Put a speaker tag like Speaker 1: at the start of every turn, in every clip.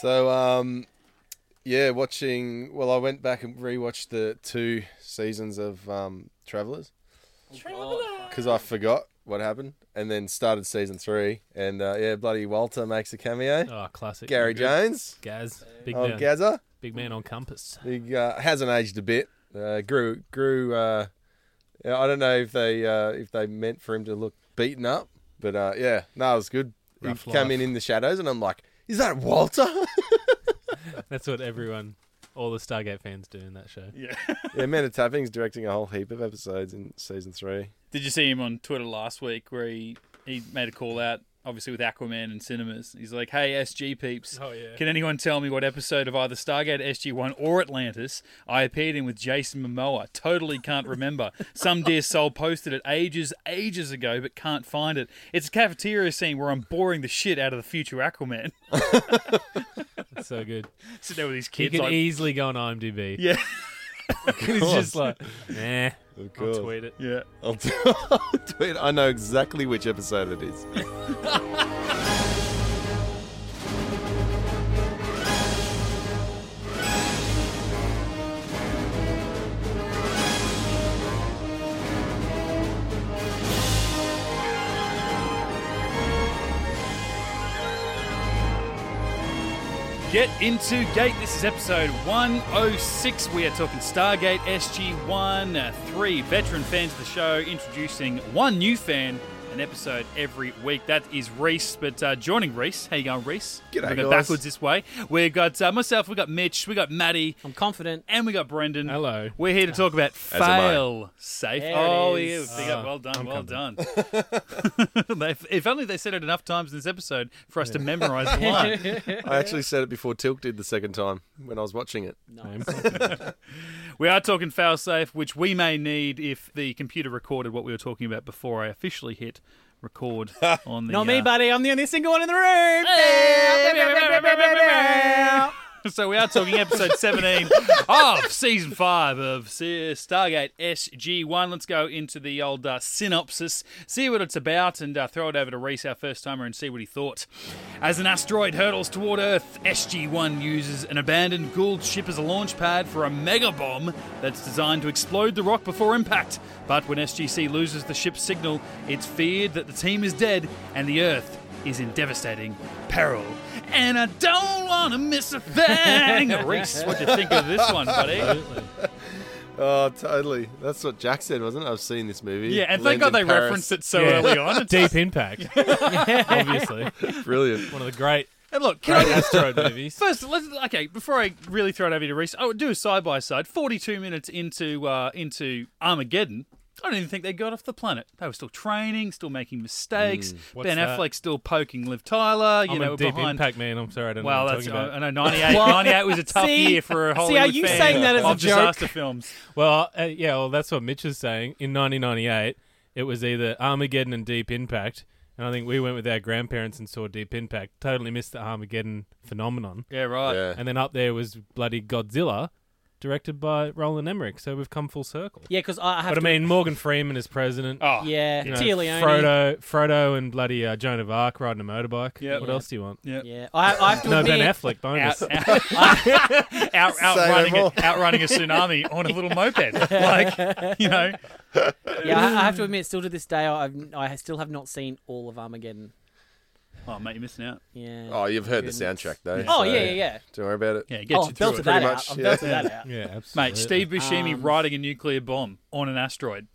Speaker 1: So, um, yeah, watching. Well, I went back and rewatched the two seasons of um, Travelers
Speaker 2: Oh,
Speaker 1: because I forgot what happened, and then started season three. And uh, yeah, bloody Walter makes a cameo.
Speaker 2: Oh, classic.
Speaker 1: Gary Jones,
Speaker 2: Gaz. Big
Speaker 1: oh
Speaker 2: man.
Speaker 1: Gazza,
Speaker 2: Big man on compass.
Speaker 1: he uh, hasn't aged a bit. Uh, grew, grew. Uh, yeah, I don't know if they uh, if they meant for him to look beaten up, but uh, yeah, no, it was good. He
Speaker 2: Rough
Speaker 1: came in
Speaker 2: life.
Speaker 1: in the shadows, and I'm like, is that Walter?
Speaker 2: That's what everyone, all the Stargate fans do in that show.
Speaker 3: Yeah.
Speaker 1: yeah, Amanda Tapping's directing a whole heap of episodes in season three.
Speaker 3: Did you see him on Twitter last week where he, he made a call out, obviously with Aquaman and cinemas? He's like, hey, SG peeps.
Speaker 2: Oh, yeah.
Speaker 3: Can anyone tell me what episode of either Stargate SG1 or Atlantis I appeared in with Jason Momoa? Totally can't remember. Some dear soul posted it ages, ages ago, but can't find it. It's a cafeteria scene where I'm boring the shit out of the future Aquaman.
Speaker 2: It's so good.
Speaker 3: Sitting there with his
Speaker 2: You
Speaker 3: kids.
Speaker 2: can
Speaker 3: like,
Speaker 2: easily go on IMDb.
Speaker 3: Yeah.
Speaker 2: it's just like, nah,
Speaker 1: Of
Speaker 2: I'll
Speaker 1: course.
Speaker 2: tweet it.
Speaker 3: Yeah.
Speaker 1: I'll, t- I'll tweet. I know exactly which episode it is.
Speaker 3: Get into Gate. This is episode 106. We are talking Stargate SG1. Uh, three veteran fans of the show introducing one new fan an episode every week. That is Reese. But uh, joining Reese, how you going, Reese?
Speaker 1: G'day,
Speaker 3: we go
Speaker 1: guys.
Speaker 3: backwards this way. We've got uh, myself, we've got Mitch, we've got Maddie,
Speaker 4: I'm confident.
Speaker 3: and we got Brendan.
Speaker 2: Hello.
Speaker 3: We're here to talk about
Speaker 1: am I.
Speaker 3: fail safe.
Speaker 4: There it
Speaker 3: Oh, yeah.
Speaker 4: is. Ah,
Speaker 3: Big up. Well done.
Speaker 2: I'm
Speaker 3: well done. They- if only they said it enough times in this episode for us to memorize the line.
Speaker 1: I actually said it before Tilk did the second time when I was watching it.
Speaker 2: I'm-
Speaker 3: We are talking failsafe, which we may need if the computer recorded what we were talking about before I officially hit record on the.
Speaker 4: Not me,
Speaker 3: uh,
Speaker 4: buddy. I'm the only single one in the room.
Speaker 3: So we are talking episode 17 of season 5 of Se- Stargate SG1. Let's go into the old uh, synopsis, see what it's about, and uh, throw it over to Reese, our first timer, and see what he thought. As an asteroid hurtles toward Earth, SG1 uses an abandoned Gould ship as a launch pad for a mega bomb that's designed to explode the rock before impact. But when SGC loses the ship's signal, it's feared that the team is dead and the Earth is in devastating peril. And I don't want to miss a thing. Reese, what do you think of this one, buddy?
Speaker 1: Oh, totally. That's what Jack said, wasn't it? I've seen this movie.
Speaker 3: Yeah, and thank God they referenced it so early on.
Speaker 2: Deep impact. Obviously.
Speaker 1: it. Brilliant.
Speaker 2: One of the great,
Speaker 3: And look, can I
Speaker 2: great asteroid movies.
Speaker 3: First, let's okay. Before I really throw it over to Reese, I would do a side by side. Forty-two minutes into uh, into Armageddon, I don't even think they got off the planet. They were still training, still making mistakes.
Speaker 2: What's
Speaker 3: ben
Speaker 2: that?
Speaker 3: Affleck still poking Liv Tyler. You
Speaker 2: I'm
Speaker 3: know,
Speaker 2: a deep
Speaker 3: behind.
Speaker 2: impact man. I'm sorry I don't know
Speaker 3: Well,
Speaker 2: what I'm
Speaker 3: that's
Speaker 2: talking
Speaker 3: I,
Speaker 2: about.
Speaker 3: I know 98, 98 was a tough
Speaker 4: See-
Speaker 3: year for a
Speaker 4: see, are
Speaker 3: Hollywood
Speaker 4: you
Speaker 3: fan
Speaker 4: saying that as a
Speaker 3: of
Speaker 4: joke?
Speaker 3: disaster films.
Speaker 2: Well, uh, yeah, well, that's what Mitch is saying. In 1998, it was either Armageddon and Deep Impact, and I think we went with our grandparents and saw Deep Impact. Totally missed the Armageddon phenomenon.
Speaker 3: Yeah, right.
Speaker 1: Yeah.
Speaker 2: And then up there was bloody Godzilla, directed by Roland Emmerich. So we've come full circle.
Speaker 4: Yeah, because I have
Speaker 2: But I
Speaker 4: to.
Speaker 2: mean, Morgan Freeman is president.
Speaker 3: Oh,
Speaker 4: yeah,
Speaker 2: You know,
Speaker 4: Tia Leone.
Speaker 2: Frodo, Frodo, and bloody uh, Joan of Arc riding a motorbike.
Speaker 3: Yeah.
Speaker 2: What
Speaker 4: Yeah.
Speaker 2: else do you want?
Speaker 3: yeah.
Speaker 4: Yeah, I, I have to
Speaker 2: No
Speaker 4: admit.
Speaker 2: Ben Affleck bonus.
Speaker 3: Out, out, out, outrunning,
Speaker 1: more.
Speaker 3: a, outrunning a tsunami on a little moped, like you know.
Speaker 4: Yeah, I, I have to admit. Still to this day, I, I've- I still have not seen all of Armageddon.
Speaker 3: Oh mate, you're missing out.
Speaker 4: Yeah.
Speaker 1: Oh, you've heard the
Speaker 4: Goodness.
Speaker 1: soundtrack, though. so
Speaker 4: Oh yeah, yeah, yeah.
Speaker 1: Don't worry about it.
Speaker 3: Yeah, get
Speaker 4: oh,
Speaker 3: you
Speaker 4: I've
Speaker 3: through
Speaker 4: belted
Speaker 3: it.
Speaker 4: that
Speaker 1: pretty
Speaker 4: out.
Speaker 1: much,
Speaker 4: I've
Speaker 1: yeah.
Speaker 4: belted that out.
Speaker 2: Yeah, absolutely.
Speaker 3: Mate, Steve Buscemi
Speaker 4: Um,
Speaker 3: riding a nuclear bomb on an asteroid.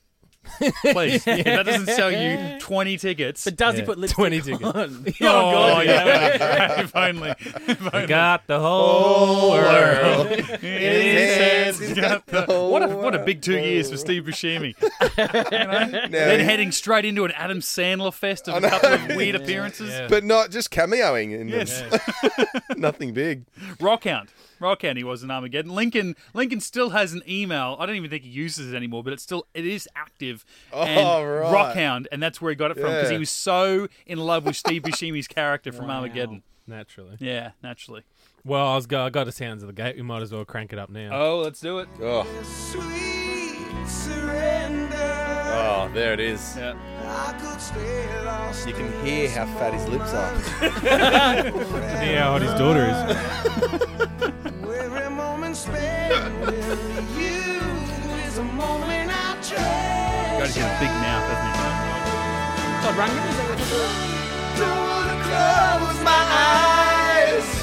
Speaker 3: Please, if that doesn't sell you twenty tickets.
Speaker 4: But does he
Speaker 2: Yeah.
Speaker 4: put
Speaker 2: 20
Speaker 4: lipstick
Speaker 2: tickets.
Speaker 4: on?
Speaker 3: oh, yeah, if only. If only.
Speaker 2: Got the whole world.
Speaker 3: Yes,
Speaker 1: hands.
Speaker 3: got the- what a what a big two years for Steve Buscemi.
Speaker 1: Now,
Speaker 3: then heading straight into an Adam Sandler fest of a couple of weird appearances.
Speaker 2: Yeah.
Speaker 1: but not just cameoing in them.
Speaker 3: Yes.
Speaker 1: Nothing big.
Speaker 3: Rockhound. Rockhound he was in Armageddon. Lincoln Lincoln still has an email. I don't even think he uses it anymore, but it's still it is active.
Speaker 1: Oh,
Speaker 3: and
Speaker 1: right.
Speaker 3: Rockhound, and that's where he got it from because
Speaker 1: Yeah.
Speaker 3: he was so in love with Steve Buscemi's character from
Speaker 4: Wow.
Speaker 3: Armageddon.
Speaker 2: Naturally.
Speaker 3: Yeah, naturally.
Speaker 2: Well, I was go- I got to sounds of the gate. We might as well crank it up now.
Speaker 3: Oh, let's do it.
Speaker 1: Oh,
Speaker 5: Sweet surrender.
Speaker 1: Oh, there it is.
Speaker 3: Yeah.
Speaker 5: I could stay lost.
Speaker 1: You can hear how fat his lips are.
Speaker 2: See how hot his daughter is.
Speaker 5: Every moment spent with you is a moment I treasure.
Speaker 3: Got to get a big mouth, hasn't Oh,
Speaker 5: Don't wanna close my eyes.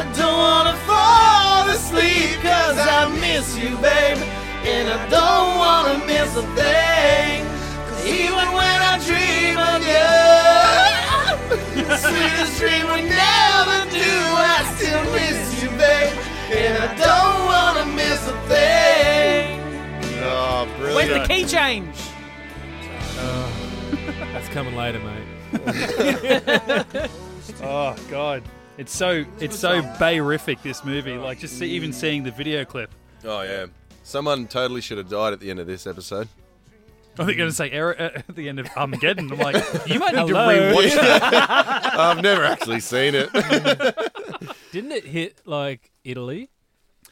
Speaker 5: I don't wanna fall asleep 'cause I miss you, babe. And I don't wanna miss a thing. 'Cause even when I dream of you, the sweetest dream we never do, I still miss you, babe. And I don't wanna miss a thing.
Speaker 1: Oh,
Speaker 4: Where's
Speaker 1: brilliant.
Speaker 4: the key change?
Speaker 2: That's coming later, mate.
Speaker 3: it? Oh God, it's so it's so bayrific. This movie, like just see, even seeing the video clip.
Speaker 1: Oh, yeah. Someone totally should have died at the end of this episode.
Speaker 3: I think going to say error uh, at the end of Armageddon. I'm like, you might need to
Speaker 2: Hello.
Speaker 3: rewatch that.
Speaker 1: I've never actually seen it.
Speaker 2: Didn't it hit like Italy?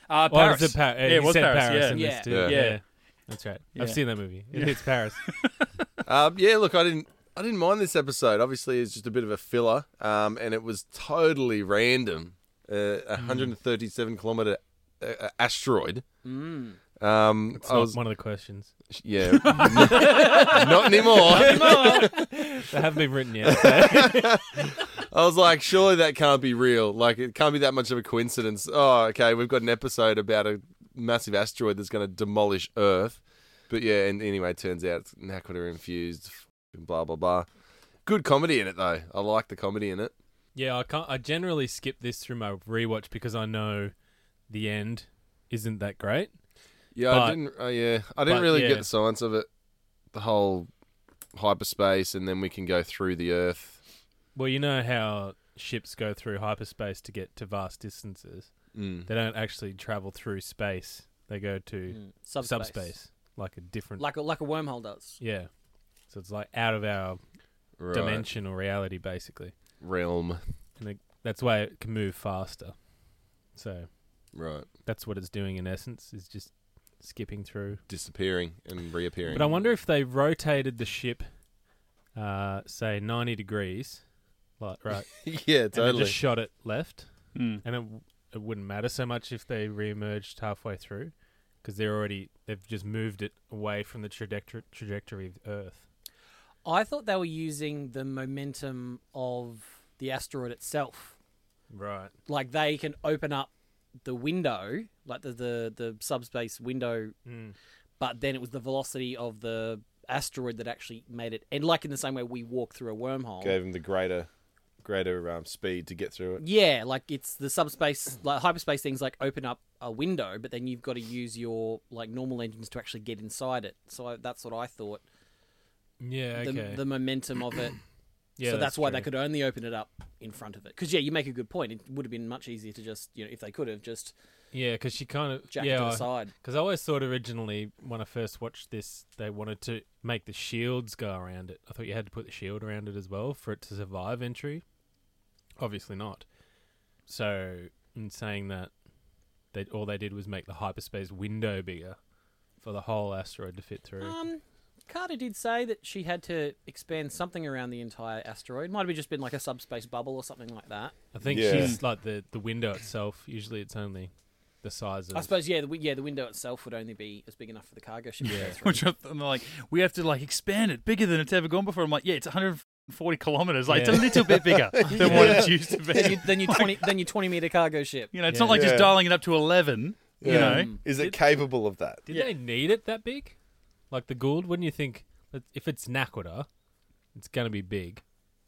Speaker 3: Uh,
Speaker 2: Well,
Speaker 3: Paris.
Speaker 2: it's a Pa-
Speaker 3: Yeah, it
Speaker 2: you
Speaker 3: was
Speaker 2: said
Speaker 3: Paris,
Speaker 2: Paris
Speaker 3: yeah.
Speaker 2: in
Speaker 4: Yeah.
Speaker 2: this too.
Speaker 1: Yeah.
Speaker 3: Yeah.
Speaker 2: That's right.
Speaker 3: Yeah.
Speaker 2: I've seen that movie. It hits Paris.
Speaker 1: Um, yeah, look, I didn't, I didn't mind this episode. Obviously, it's just a bit of a filler, um, and it was totally random. Uh, a 137 kilometer uh, uh, asteroid. Um,
Speaker 2: It's
Speaker 1: I
Speaker 2: not
Speaker 1: was,
Speaker 2: one of the questions.
Speaker 1: yeah, not anymore.
Speaker 2: They haven't been written yet.
Speaker 1: I was like, surely that can't be real. Like, it can't be that much of a coincidence. Oh, okay, we've got an episode about a massive asteroid that's going to demolish Earth. But yeah, and anyway, it turns out it's Nakoda infused, f- blah, blah, blah. Good comedy in it, though. I like the comedy in it.
Speaker 2: Yeah, I can't. I generally skip this through my rewatch because I know the end isn't that great.
Speaker 1: Yeah,
Speaker 2: But-
Speaker 1: I didn't. Uh, yeah, I didn't
Speaker 2: but,
Speaker 1: really
Speaker 2: yeah.
Speaker 1: get the science of it. The whole hyperspace, and then we can go through the Earth.
Speaker 2: Well, you know how ships go through hyperspace to get to vast distances.
Speaker 1: Mm.
Speaker 2: They don't actually travel through space. They go to
Speaker 4: Hmm, Subspace.
Speaker 2: subspace, like a different.
Speaker 4: Like a, like a wormhole does.
Speaker 2: yeah, so it's like out of our
Speaker 1: Right.
Speaker 2: dimension or reality, basically,
Speaker 1: realm,
Speaker 2: and it, that's why it can move faster. So
Speaker 1: right?
Speaker 2: that's what it's doing in essence is just skipping through
Speaker 1: Disappearing and reappearing.
Speaker 2: But I wonder if they rotated the ship, uh, say ninety degrees, like right,
Speaker 1: yeah,
Speaker 2: and then
Speaker 1: totally.
Speaker 2: just shot it left,
Speaker 3: Hmm.
Speaker 2: and it, w- it wouldn't matter so much if they re-emerged halfway through, because they're already they've just moved it away from the trajectory trajectory of Earth.
Speaker 4: I thought they were using the momentum of the asteroid itself.
Speaker 2: Right.
Speaker 4: Like they can open up the window, like the the, the subspace window,
Speaker 2: Hmm.
Speaker 4: but then it was the velocity of the asteroid that actually made it. And like in the same way we walk through a wormhole.
Speaker 1: Gave him the greater, greater um, speed to get through it.
Speaker 4: Yeah, like it's the subspace, like hyperspace things like open up a window, but then you've got to use your like normal engines to actually get inside it. So I, that's what I thought.
Speaker 2: Yeah.
Speaker 4: The,
Speaker 2: Okay.
Speaker 4: the momentum of it.
Speaker 2: yeah.
Speaker 4: so that's, why they
Speaker 2: true.
Speaker 4: could only open it up in front of it. Because yeah, you make a good point. It would have been much easier to just you know if they could have just
Speaker 2: Yeah, because she kind of
Speaker 4: jacked
Speaker 2: yeah.
Speaker 4: it
Speaker 2: I-
Speaker 4: aside.
Speaker 2: Because I always thought originally when I first watched this, they wanted to make the shields go around it. I thought you had to put the shield around it as well for it to survive entry. Obviously not. So in saying that, they all they did was make the hyperspace window bigger for the whole asteroid to fit through.
Speaker 4: Um, Carter did say that she had to expand something around the entire asteroid. Might have just been like a subspace bubble or something like that.
Speaker 2: I think
Speaker 1: yeah.
Speaker 2: she's like the the window itself. Usually it's only the size of.
Speaker 4: I suppose yeah, the, wi- yeah, the window itself would only be as big enough for the cargo ship. Yeah.
Speaker 3: Which I th- I'm like, we have to like expand it bigger than it's ever gone before. I'm like, yeah, it's 140 kilometers. Like it's a
Speaker 2: Yeah.
Speaker 3: little bit bigger than what it's used to
Speaker 4: then you
Speaker 3: be.
Speaker 4: then you twenty then you twenty meter cargo ship.
Speaker 3: You know, it's
Speaker 2: Yeah.
Speaker 3: not like just
Speaker 1: Yeah.
Speaker 3: dialing it up to 11. You
Speaker 1: Yeah.
Speaker 3: know,
Speaker 1: Um, Is it capable of that?
Speaker 2: Did
Speaker 3: Yeah.
Speaker 2: they need it that big? Like the Gould, wouldn't you think? that If it's Nakoda, it's gonna be big.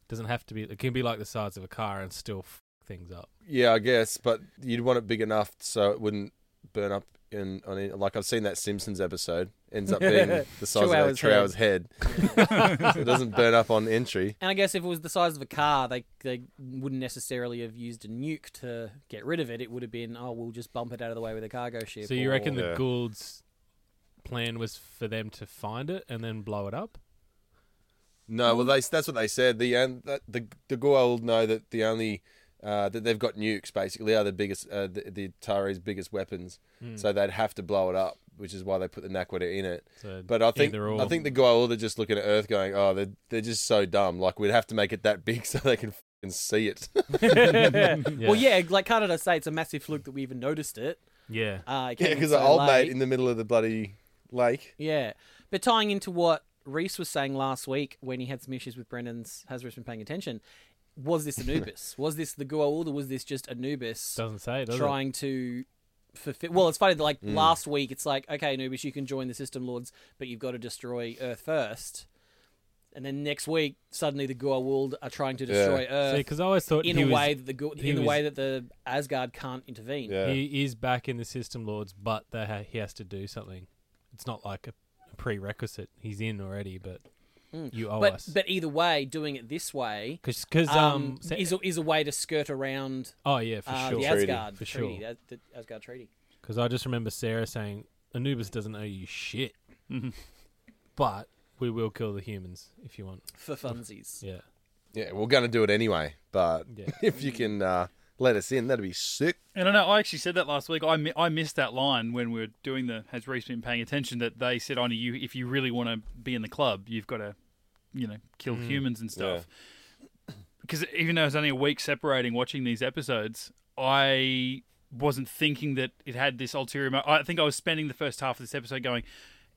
Speaker 2: Doesn't have to be. It can be like the size of a car and still f- things up.
Speaker 1: Yeah, I guess, but you'd want it big enough so it wouldn't burn up. In on it. like I've seen that Simpsons episode ends up being the size of a
Speaker 4: hours
Speaker 1: tree
Speaker 4: head.
Speaker 1: hours head, so it doesn't burn up on entry.
Speaker 4: And I guess if it was the size of a car, they they wouldn't necessarily have used a nuke to get rid of it. It would have been, oh, we'll just bump it out of the way with a cargo ship.
Speaker 2: So you
Speaker 4: or-
Speaker 2: reckon
Speaker 1: Yeah.
Speaker 2: the Gould's plan was for them to find it and then blow it up?
Speaker 1: No, well, they, that's what they said. The um, that, the the Goa'uld know that the only uh, that they've got nukes basically are the biggest uh, the, the Atari's biggest weapons, so they'd have to blow it up, which is why they put the Nakwata in it.
Speaker 2: So
Speaker 1: But I think
Speaker 2: either or.
Speaker 1: I think the guy they're just looking at Earth, going, "Oh, they're they're just so dumb. Like we'd have to make it that big so they can f***ing see it."
Speaker 4: Well, yeah, like Canada say, it's a massive fluke that we even noticed it.
Speaker 2: yeah.
Speaker 4: Uh,
Speaker 1: yeah, because the old mate in the middle of the bloody lake.
Speaker 4: Yeah, but tying into what Reese was saying last week when he had some issues with Brendan's, has Reese been paying attention? Was this Anubis? was this the Gua'uld, or was this just Anubis
Speaker 2: Doesn't say. it, Mm. Does it?
Speaker 4: trying to fulfill? Well, it's funny that like last week, it's like okay, Anubis, you can join the System Lords, but you've got to destroy Earth first. And then next week, suddenly the Gua'uld are trying to destroy Earth
Speaker 2: because I always thought
Speaker 4: in
Speaker 2: he
Speaker 4: a
Speaker 2: was,
Speaker 4: way that the Gu-
Speaker 2: he
Speaker 4: in a
Speaker 2: was-
Speaker 4: way that the Asgard can't intervene.
Speaker 1: Yeah,
Speaker 2: he is back in the system lords, but they ha- he has to do something. It's not like a, a prerequisite. He's in already, but you owe
Speaker 4: Mm. But
Speaker 2: us.
Speaker 4: but either way, doing it this way
Speaker 2: because because
Speaker 4: um,
Speaker 2: um, se-
Speaker 4: is, a, is a way to skirt around
Speaker 2: oh yeah for
Speaker 4: uh,
Speaker 2: sure
Speaker 4: the
Speaker 1: Treaty.
Speaker 4: Asgard
Speaker 2: For
Speaker 4: treaty,
Speaker 2: sure.
Speaker 4: that- the Asgard treaty.
Speaker 2: Because I just remember Sarah saying, Anubis doesn't owe you shit.
Speaker 3: Mm-hmm.
Speaker 2: but we will kill the humans if you want.
Speaker 4: for funsies.
Speaker 2: Yeah.
Speaker 1: yeah, we're gonna do it anyway. But
Speaker 2: Yeah.
Speaker 1: if you can uh, let us in, that'd be sick.
Speaker 3: And I know I actually said that last week. I, mi- I missed that line when we were doing the has Reese been paying attention that they said on you if you really want to be in the club you've got to you know kill
Speaker 2: Mm-hmm.
Speaker 3: humans and stuff. Because even though it's only a week separating watching these episodes, I wasn't thinking that it had this ulterior. Mo- I think I was spending the first half of this episode going,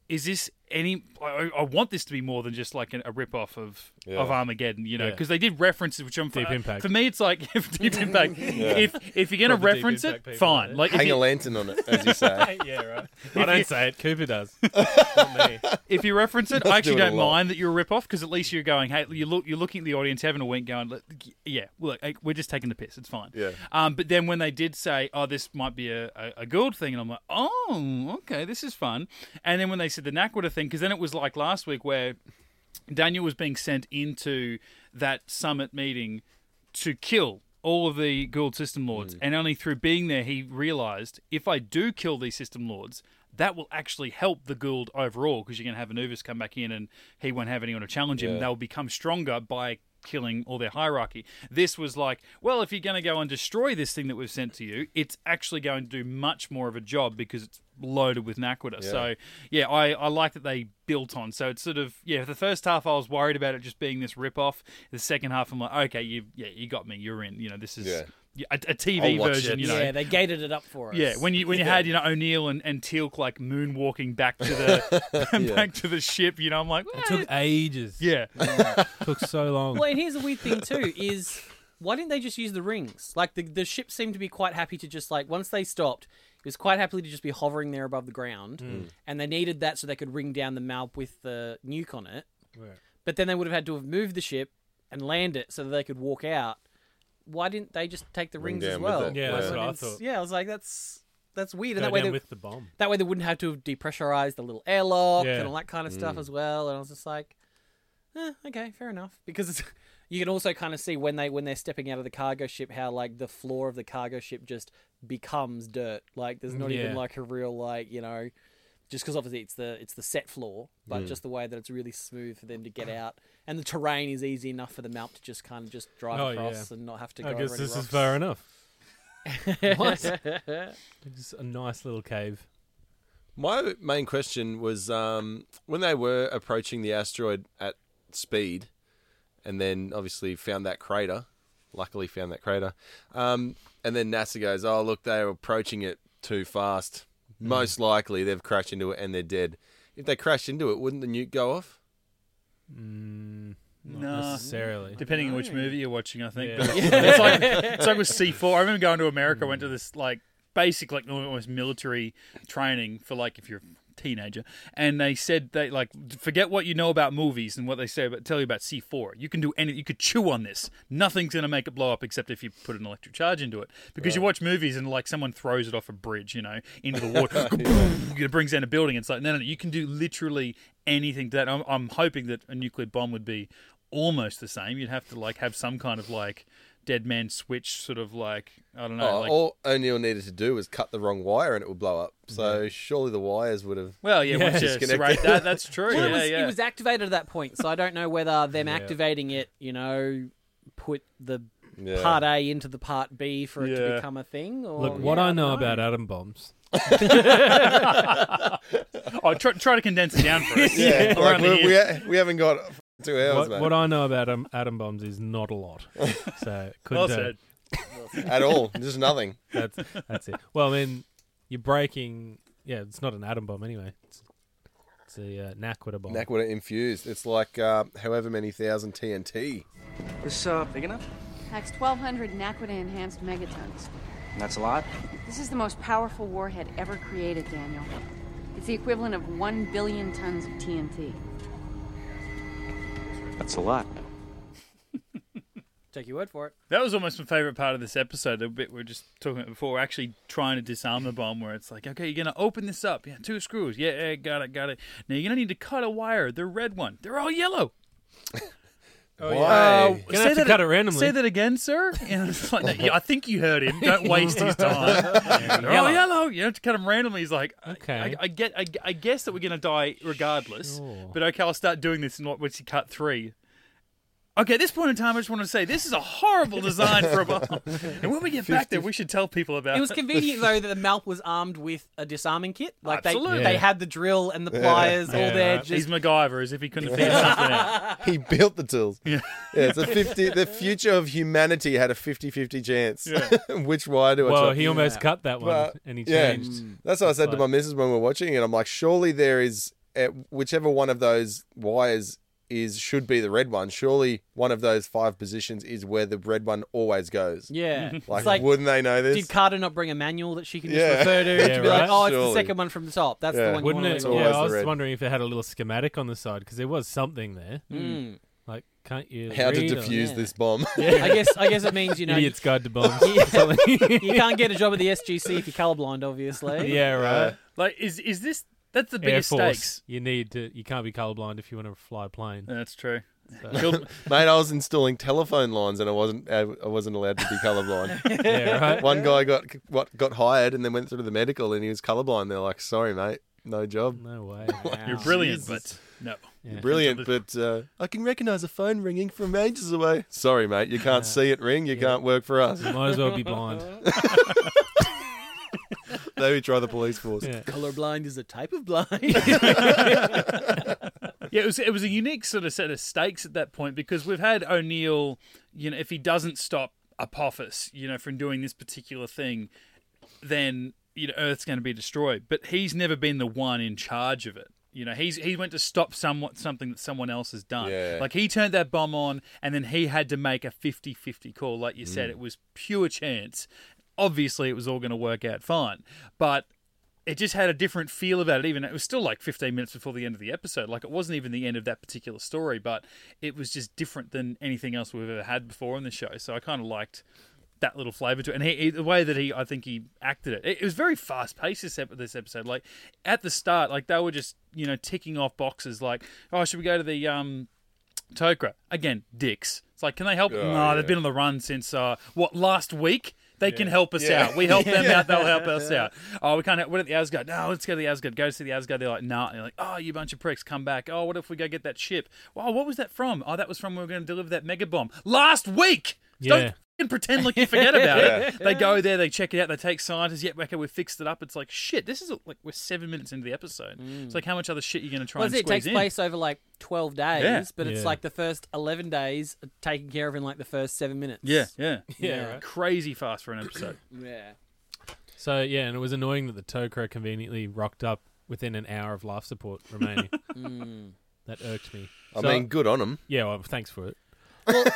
Speaker 3: "Is this any? I, I want this to be more than just like an, a rip off of of Armageddon, you know?
Speaker 2: Yeah.
Speaker 3: Because they did references, which I'm
Speaker 2: Deep
Speaker 3: for,
Speaker 2: Impact.
Speaker 3: for me, it's like if deep impact. If if you're gonna
Speaker 2: Proper Deep
Speaker 3: reference it,
Speaker 2: Impact people,
Speaker 3: fine.
Speaker 2: eh?
Speaker 3: Like if
Speaker 1: Hang a
Speaker 3: you,
Speaker 1: lantern on it, as you say.
Speaker 2: yeah, right. I don't say it. Cooper does. Not me.
Speaker 3: if you reference it, I actually
Speaker 1: do it a
Speaker 3: don't
Speaker 1: lot.
Speaker 3: mind that you're a rip off because at least you're going, hey, you look, you're looking at the audience, having a wink, going, "Look, yeah, look, hey, we're just taking the piss. It's fine.
Speaker 1: Yeah.
Speaker 3: Um, but then when they did say, oh, this might be a, a, a gold thing, and I'm like, oh, okay, this is fun. And then when they said the Nakwata thing, because then it was like last week where Daniel was being sent into that summit meeting to kill all of the Gould system lords, and only through being there he realized if I do kill these system lords, that will actually help the Gould overall because you're going to have Anubis come back in and he won't have anyone to challenge him. They'll become stronger by killing all their hierarchy. This was like, well, if you're going to go and destroy this thing that we've sent to you, it's actually going to do much more of a job because it's loaded with Nakwita. So, yeah, I, I like that they built on. So it's sort of, yeah, the first half I was worried about it just being this rip-off. The second half I'm like, okay, you yeah, you got me. You're in. You know, this is
Speaker 1: Yeah.
Speaker 3: yeah, a, a TV
Speaker 1: I'll watch
Speaker 3: version,
Speaker 1: it.
Speaker 3: you know.
Speaker 4: yeah, they gated it up for us.
Speaker 3: Yeah, when you when you had you know O'Neill and, and Teal'c like moonwalking back to the back to the ship, you know I'm like,
Speaker 2: It took
Speaker 3: "Eh,
Speaker 2: ages.
Speaker 3: yeah,
Speaker 2: took so long.
Speaker 4: well, and here's the weird thing too is why didn't they just use the rings? Like the the ship seemed to be quite happy to just like once they stopped, it was quite happily to just be hovering there above the ground,
Speaker 2: Hmm.
Speaker 4: and they needed that so they could ring down the map with the nuke on it.
Speaker 2: Right.
Speaker 4: But then they would have had to have moved the ship and land it so that they could walk out. Why didn't they just take the
Speaker 1: Ring
Speaker 4: rings as
Speaker 1: down with
Speaker 4: well?
Speaker 1: it.
Speaker 2: Yeah,
Speaker 4: Why
Speaker 2: that's what I
Speaker 4: wouldn't-
Speaker 2: thought.
Speaker 4: Yeah, I was like, that's that's weird.
Speaker 2: Go
Speaker 4: and that
Speaker 2: down
Speaker 4: way they,
Speaker 2: with the bomb.
Speaker 4: that way they wouldn't have to have depressurized the little airlock
Speaker 2: Yeah. Mm.
Speaker 4: and all that kind of stuff as well. And I was just like, eh, okay, fair enough. Because it's, you can also kind of see when they when they're stepping out of the cargo ship how like the floor of the cargo ship just becomes dirt. Like there's not even
Speaker 2: Mm, Yeah.
Speaker 4: like a real like you know, just because obviously it's the it's the set floor,
Speaker 2: Mm.
Speaker 4: but just the way that it's really smooth for them to get out and the terrain is easy enough for the mount to just kind of just drive
Speaker 2: Oh,
Speaker 4: across
Speaker 2: yeah.
Speaker 4: and not have to. go
Speaker 2: I guess
Speaker 4: over any
Speaker 2: this is
Speaker 4: rocks.
Speaker 2: fair enough.
Speaker 4: what?
Speaker 2: Just a nice little cave.
Speaker 1: My main question was um, when they were approaching the asteroid at speed, and then obviously found that crater. Luckily, found that crater. Um, and then NASA goes, "Oh, look, they're approaching it too fast.
Speaker 3: Mm.
Speaker 1: Most likely, they've crashed into it and they're dead. If they crashed into it, wouldn't the nuke go off?
Speaker 2: Mm, not
Speaker 3: Nah.
Speaker 2: necessarily.
Speaker 4: Mm-hmm.
Speaker 3: Depending on which movie you're watching, I think.
Speaker 2: Yeah.
Speaker 3: But it's like it's like with C4. I remember going to America. I went to this like basic like almost military training for like if you're a teenager, and they said they like forget what you know about movies and what they say about tell you about C4. You can do any. You could chew on this. Nothing's gonna make it blow up except if you put an electric charge into it. Because you watch movies and like someone throws it off a bridge, you know, into the water, it brings down a building. It's like no, no, no, you can do literally anything to that. I'm, I'm hoping that a nuclear bomb would be almost the same. You'd have to like have some kind of like dead man switch sort of like I don't know.
Speaker 1: oh,
Speaker 3: like,
Speaker 1: all O'Neill needed to do was cut the wrong wire and it would blow up. So surely the wires would have.
Speaker 3: well, yeah, once you
Speaker 1: disconnected.
Speaker 3: serrate that, that's true.
Speaker 4: Well,
Speaker 3: yeah,
Speaker 4: it, was,
Speaker 3: yeah.
Speaker 4: it was activated at that point, so I don't know whether them activating it, you know, put the
Speaker 1: Yeah.
Speaker 4: part A into the part B for it to
Speaker 1: Yeah.
Speaker 4: become a thing? Or,
Speaker 2: Look, what
Speaker 4: Oh, Yeah,
Speaker 2: I know
Speaker 4: dunno.
Speaker 2: about atom bombs.
Speaker 3: Oh, try, try to condense it down for us.
Speaker 1: Yeah,
Speaker 3: We're
Speaker 1: like
Speaker 3: only
Speaker 1: we,
Speaker 3: here.
Speaker 1: we, ha- we haven't got two hours,
Speaker 2: What,
Speaker 1: mate,
Speaker 2: what I know about atom, atom bombs is not a lot. So could
Speaker 3: Well
Speaker 2: do.
Speaker 3: said.
Speaker 1: at all. Just nothing.
Speaker 2: That's that's it. Well, I mean, you're breaking. Yeah, it's not an atom bomb anyway. It's, it's a uh, Nakwita bomb.
Speaker 1: Nakwita infused. It's like uh, however many thousand TNT.
Speaker 6: This uh, big enough?
Speaker 7: Packs 1,200 Nakwita enhanced megatons.
Speaker 6: That's a lot.
Speaker 7: This is the most powerful warhead ever created, Daniel. It's the equivalent of 1 billion tons of TNT.
Speaker 6: That's a lot.
Speaker 4: Take your word for it.
Speaker 3: That was almost my favorite part of this episode. The bit we were just talking about before, actually trying to disarm the bomb, where it's like, okay, you're gonna open this up. Yeah, two screws. Yeah, yeah, got it, got it. Now you're gonna need to cut a wire. The red one. They're all yellow.
Speaker 1: Why?
Speaker 2: You're gonna have to cut it randomly.
Speaker 3: Say that again, sir. And it's like, "No, I think you heard him. Don't waste his time. They're all yellow. You have to cut him randomly. He's like, okay.
Speaker 2: Okay.
Speaker 3: I, I get. I, I guess that we're gonna die regardless.
Speaker 2: Sure.
Speaker 3: But okay, I'll start doing this. Not once you cut three. Okay, at this point in time, I just want to say this is a horrible design for a bomb. And when we get back there, we should tell people about
Speaker 4: It was convenient though that the Malp was armed with a disarming kit. Like
Speaker 3: Absolutely.
Speaker 4: they they had the drill and the pliers all
Speaker 2: Yeah,
Speaker 4: there.
Speaker 2: right.
Speaker 4: Just
Speaker 3: He's MacGyver, as if he couldn't figure something out.
Speaker 1: He built the tools. Yeah. it's a 50. The future of humanity had a 50 50 chance. Which wire do I
Speaker 2: well,
Speaker 1: try-
Speaker 2: he almost cut that one,
Speaker 1: But-
Speaker 2: and he
Speaker 1: yeah. Mm.
Speaker 2: changed.
Speaker 1: That's what I said to my missus when we were watching it. I'm like, surely there is, uh, whichever one of those wires is should be the red one. Surely one of those five positions is where the red one always goes.
Speaker 4: yeah,
Speaker 1: Like,
Speaker 4: it's like
Speaker 1: wouldn't they know this?
Speaker 4: did Carter not bring a manual that she can just
Speaker 1: Yeah.
Speaker 4: refer to
Speaker 2: Yeah,
Speaker 4: to be like,
Speaker 2: right.
Speaker 4: oh, it's
Speaker 1: Surely.
Speaker 4: the second one from the top. That's
Speaker 1: Yeah.
Speaker 4: the one.
Speaker 2: Wouldn't
Speaker 4: you
Speaker 2: it?
Speaker 1: It's
Speaker 4: want
Speaker 1: always
Speaker 2: Yeah, I
Speaker 1: the
Speaker 2: was
Speaker 1: red.
Speaker 2: wondering if it had a little schematic on the side because there was something there. Like, can't you?
Speaker 1: Hmm. How to
Speaker 2: read or-
Speaker 1: defuse
Speaker 4: yeah.
Speaker 1: this bomb?
Speaker 4: I guess I guess it means you know
Speaker 2: Idiot's Guide to Bombs.
Speaker 4: you, you can't get a job at the SGC if you're colorblind, obviously.
Speaker 1: Uh,
Speaker 2: yeah, right.
Speaker 3: Like, is is this? That's the
Speaker 2: Air
Speaker 3: biggest
Speaker 2: Force.
Speaker 3: stakes.
Speaker 2: You need to. You can't be colorblind if you want to fly a plane.
Speaker 3: That's true.
Speaker 1: Mate, I was installing telephone lines and I wasn't I I wasn't allowed to be colorblind.
Speaker 2: yeah, right.
Speaker 1: One guy got what got hired and then went through to the medical and he was colorblind. They're like, "Sorry, mate, no job."
Speaker 2: No way.
Speaker 3: You're brilliant, but no.
Speaker 1: Brilliant, but uh, I can recognise a phone ringing from ages away. Sorry, mate, you can't see it ring. You can't work for us.
Speaker 2: Might as well be blind.
Speaker 1: They would try the police force.
Speaker 2: Yeah.
Speaker 4: Colorblind is a type of blind.
Speaker 3: Yeah, it was it was a unique sort of set of stakes at that point because we've had O'Neill, you know, if he doesn't stop Apophis, you know, from doing this particular thing, then you know Earth's going to be destroyed. But he's never been the one in charge of it. You know, he's he went to stop somewhat something that someone else has done.
Speaker 1: Yeah.
Speaker 3: Like he turned that bomb on, and then he had to make a 50-50 call. Like you
Speaker 1: Mm.
Speaker 3: said, it was pure chance. Obviously, it was all going to work out fine, but it just had a different feel about it. Even it was still like 15 minutes before the end of the episode. Like it wasn't even the end of that particular story, but it was just different than anything else we've ever had before on the show. So I kind of liked that little flavour to it, and he, he- the way that he, I think he acted it. It, it was very fast paced this, ep- this episode. Like at the start, like they were just you know ticking off boxes. Like oh, should we go to the um Tokra again? Dicks. It's like can they help? no, they've been on the run since uh what last week. They can help us out. We help them out. They'll help us out. Oh, we can't. Help. What at the Asgard? No, let's go to the Asgard. Go see the Asgard. They're like, nah. And they're like, oh, you bunch of pricks, come back. Oh, what if we go get that ship? Wow, what was that from? Oh, that was from we were going to deliver that mega bomb last week.
Speaker 2: Yeah.
Speaker 3: Don't and pretend like you forget about it. They go there, they check it out, they take scientists. Yep, okay, we fixed it up. It's like shit. This is like we're seven minutes into the episode. It's like how much other shit you're going to try
Speaker 4: well,
Speaker 3: and
Speaker 4: it
Speaker 3: squeeze
Speaker 4: takes
Speaker 3: in?
Speaker 4: place over like twelve days,
Speaker 3: Yeah.
Speaker 4: but it's
Speaker 2: Yeah.
Speaker 4: like the first eleven days are taken care of in like the first seven minutes.
Speaker 3: Yeah, yeah,
Speaker 2: Yeah, right.
Speaker 3: Crazy fast for an episode.
Speaker 4: yeah.
Speaker 2: So yeah, and it was annoying that the Tokra conveniently rocked up within an hour of life support remaining.
Speaker 4: Hmm.
Speaker 2: That irked me.
Speaker 1: I
Speaker 2: So-
Speaker 1: mean, good on them.
Speaker 2: yeah, well, thanks for it.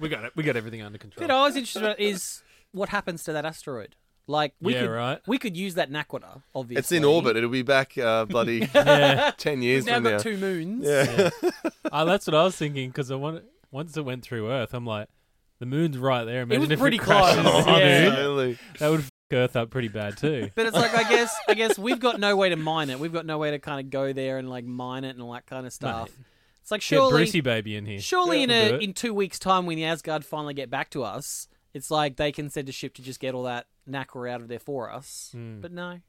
Speaker 2: We got it. We got everything under control.
Speaker 4: What I was interested about is what happens to that asteroid. Like we
Speaker 2: Yeah,
Speaker 4: could
Speaker 2: right.
Speaker 4: we could use that Nakwata, obviously.
Speaker 1: It's in orbit. It'll be back, uh, bloody ten years
Speaker 4: We've now
Speaker 1: from now.
Speaker 4: got two moons.
Speaker 2: Uh, that's what I was thinking because I wanted, once it went through Earth, I'm like, the moon's right there. Imagine
Speaker 4: was
Speaker 2: if
Speaker 4: pretty
Speaker 2: it crashes
Speaker 1: Oh,
Speaker 4: close,
Speaker 2: on
Speaker 4: yeah.
Speaker 2: Earth.
Speaker 1: Absolutely.
Speaker 2: That would f- Earth up pretty bad too.
Speaker 4: But it's like I guess I guess we've got no way to mine it. We've got no way to kind of go there and like mine it and all that kind of stuff. It's like
Speaker 2: Get
Speaker 4: surely
Speaker 2: Brucey baby in here.
Speaker 4: surely in
Speaker 2: We'll do
Speaker 4: a,
Speaker 2: it.
Speaker 4: in two weeks time when the Asgard finally get back to us, it's like they can send a ship to just get all that Nakra out of there for us.
Speaker 2: Hmm.
Speaker 4: But no.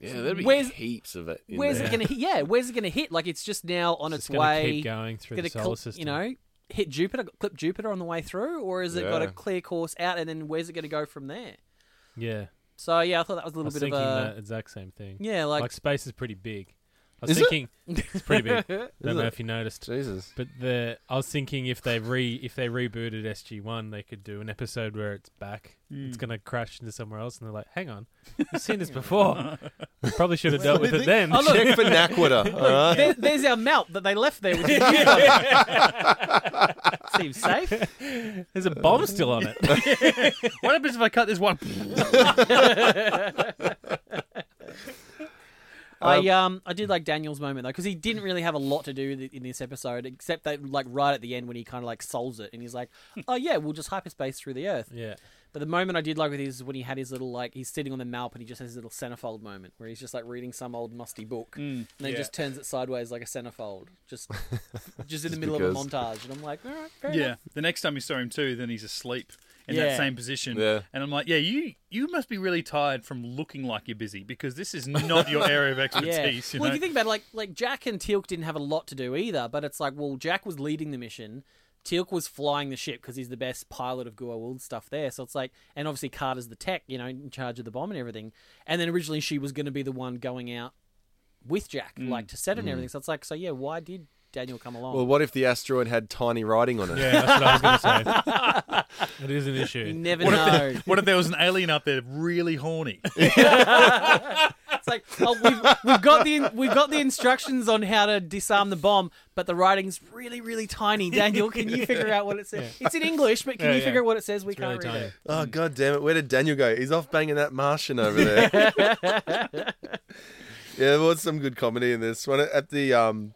Speaker 1: Yeah, there'll be
Speaker 4: Where's-
Speaker 1: heaps of it. in
Speaker 4: Where's
Speaker 1: there.
Speaker 4: it gonna hit? Yeah, where's it gonna hit? Like it's just now on its,
Speaker 2: It's gonna
Speaker 4: way
Speaker 2: keep going through
Speaker 4: gonna
Speaker 2: the solar
Speaker 4: col-
Speaker 2: system.
Speaker 4: You know, hit Jupiter, clip Jupiter on the way through, or has it got a
Speaker 1: Yeah.
Speaker 4: clear course out? And then where's it going to go from there?
Speaker 2: Yeah.
Speaker 4: So yeah, I thought that was a
Speaker 2: I
Speaker 4: little
Speaker 2: was
Speaker 4: bit of
Speaker 2: thinking
Speaker 4: a
Speaker 2: the exact same thing.
Speaker 4: yeah, like,
Speaker 2: Like, space is pretty big. I was
Speaker 1: Is it?
Speaker 2: thinking it's pretty big. Don't know
Speaker 1: it?
Speaker 2: if you noticed.
Speaker 1: Jesus.
Speaker 2: But the I was thinking if they re if they rebooted SG one, they could do an episode where it's back. It's gonna crash into somewhere else, and they're like, "Hang on, we've seen this before. We probably should have dealt with it then."
Speaker 1: Check for Nakwita, all right?
Speaker 4: there, there's our melt that they left there, which is seems safe.
Speaker 2: There's a bomb still on it.
Speaker 3: What happens if I cut this one?
Speaker 4: I um I did like Daniel's moment though because he didn't really have a lot to do th- in this episode except that like right at the end when he kind of like solves it and he's like oh yeah we'll just hyperspace through the earth
Speaker 2: yeah,
Speaker 4: but the moment I did like with his when he had his little like he's sitting on the malp and he just has his little centerfold moment where he's just like reading some old musty book and then he
Speaker 2: yeah.
Speaker 4: just turns it sideways like a centerfold just just in the
Speaker 1: Just
Speaker 4: middle
Speaker 1: because.
Speaker 4: of a montage and I'm like all right fair
Speaker 3: yeah.
Speaker 4: enough.
Speaker 3: The next time you saw him too, then he's asleep in that
Speaker 4: Yeah.
Speaker 3: same position.
Speaker 1: Yeah.
Speaker 3: And I'm like, yeah, you you must be really tired from looking like you're busy because this is not your area of
Speaker 4: Yeah.
Speaker 3: expertise. You
Speaker 4: well,
Speaker 3: know?
Speaker 4: if you think about it, like like Jack and Teal'c didn't have a lot to do either, but it's like, well, Jack was leading the mission, Teal'c was flying the ship because he's the best pilot of Gua'uld stuff there. So it's like, and obviously Carter's the tech, you know, in charge of the bomb and everything. And then originally she was going to be the one going out with Jack,
Speaker 3: Mm.
Speaker 4: like to set and everything. So it's like, so yeah, why did Daniel come along?
Speaker 1: Well, what if the asteroid had tiny writing on it?
Speaker 2: yeah, that's what I was gonna say. it is an
Speaker 4: you
Speaker 2: issue.
Speaker 4: never
Speaker 3: what,
Speaker 4: know.
Speaker 3: if there, what if there was an alien up there really horny?
Speaker 4: It's like oh, we've, we've got the we've got the instructions on how to disarm the bomb, but the writing's really really tiny. Daniel, can you figure out what it says? It's in English, but can
Speaker 2: Yeah,
Speaker 4: you
Speaker 2: yeah.
Speaker 4: figure out what it says? We
Speaker 2: It's really
Speaker 4: can't read
Speaker 2: tiny.
Speaker 4: it.
Speaker 1: Oh god damn it! Where did Daniel go? He's off banging that Martian over there. yeah, there was some good comedy in this one at the um,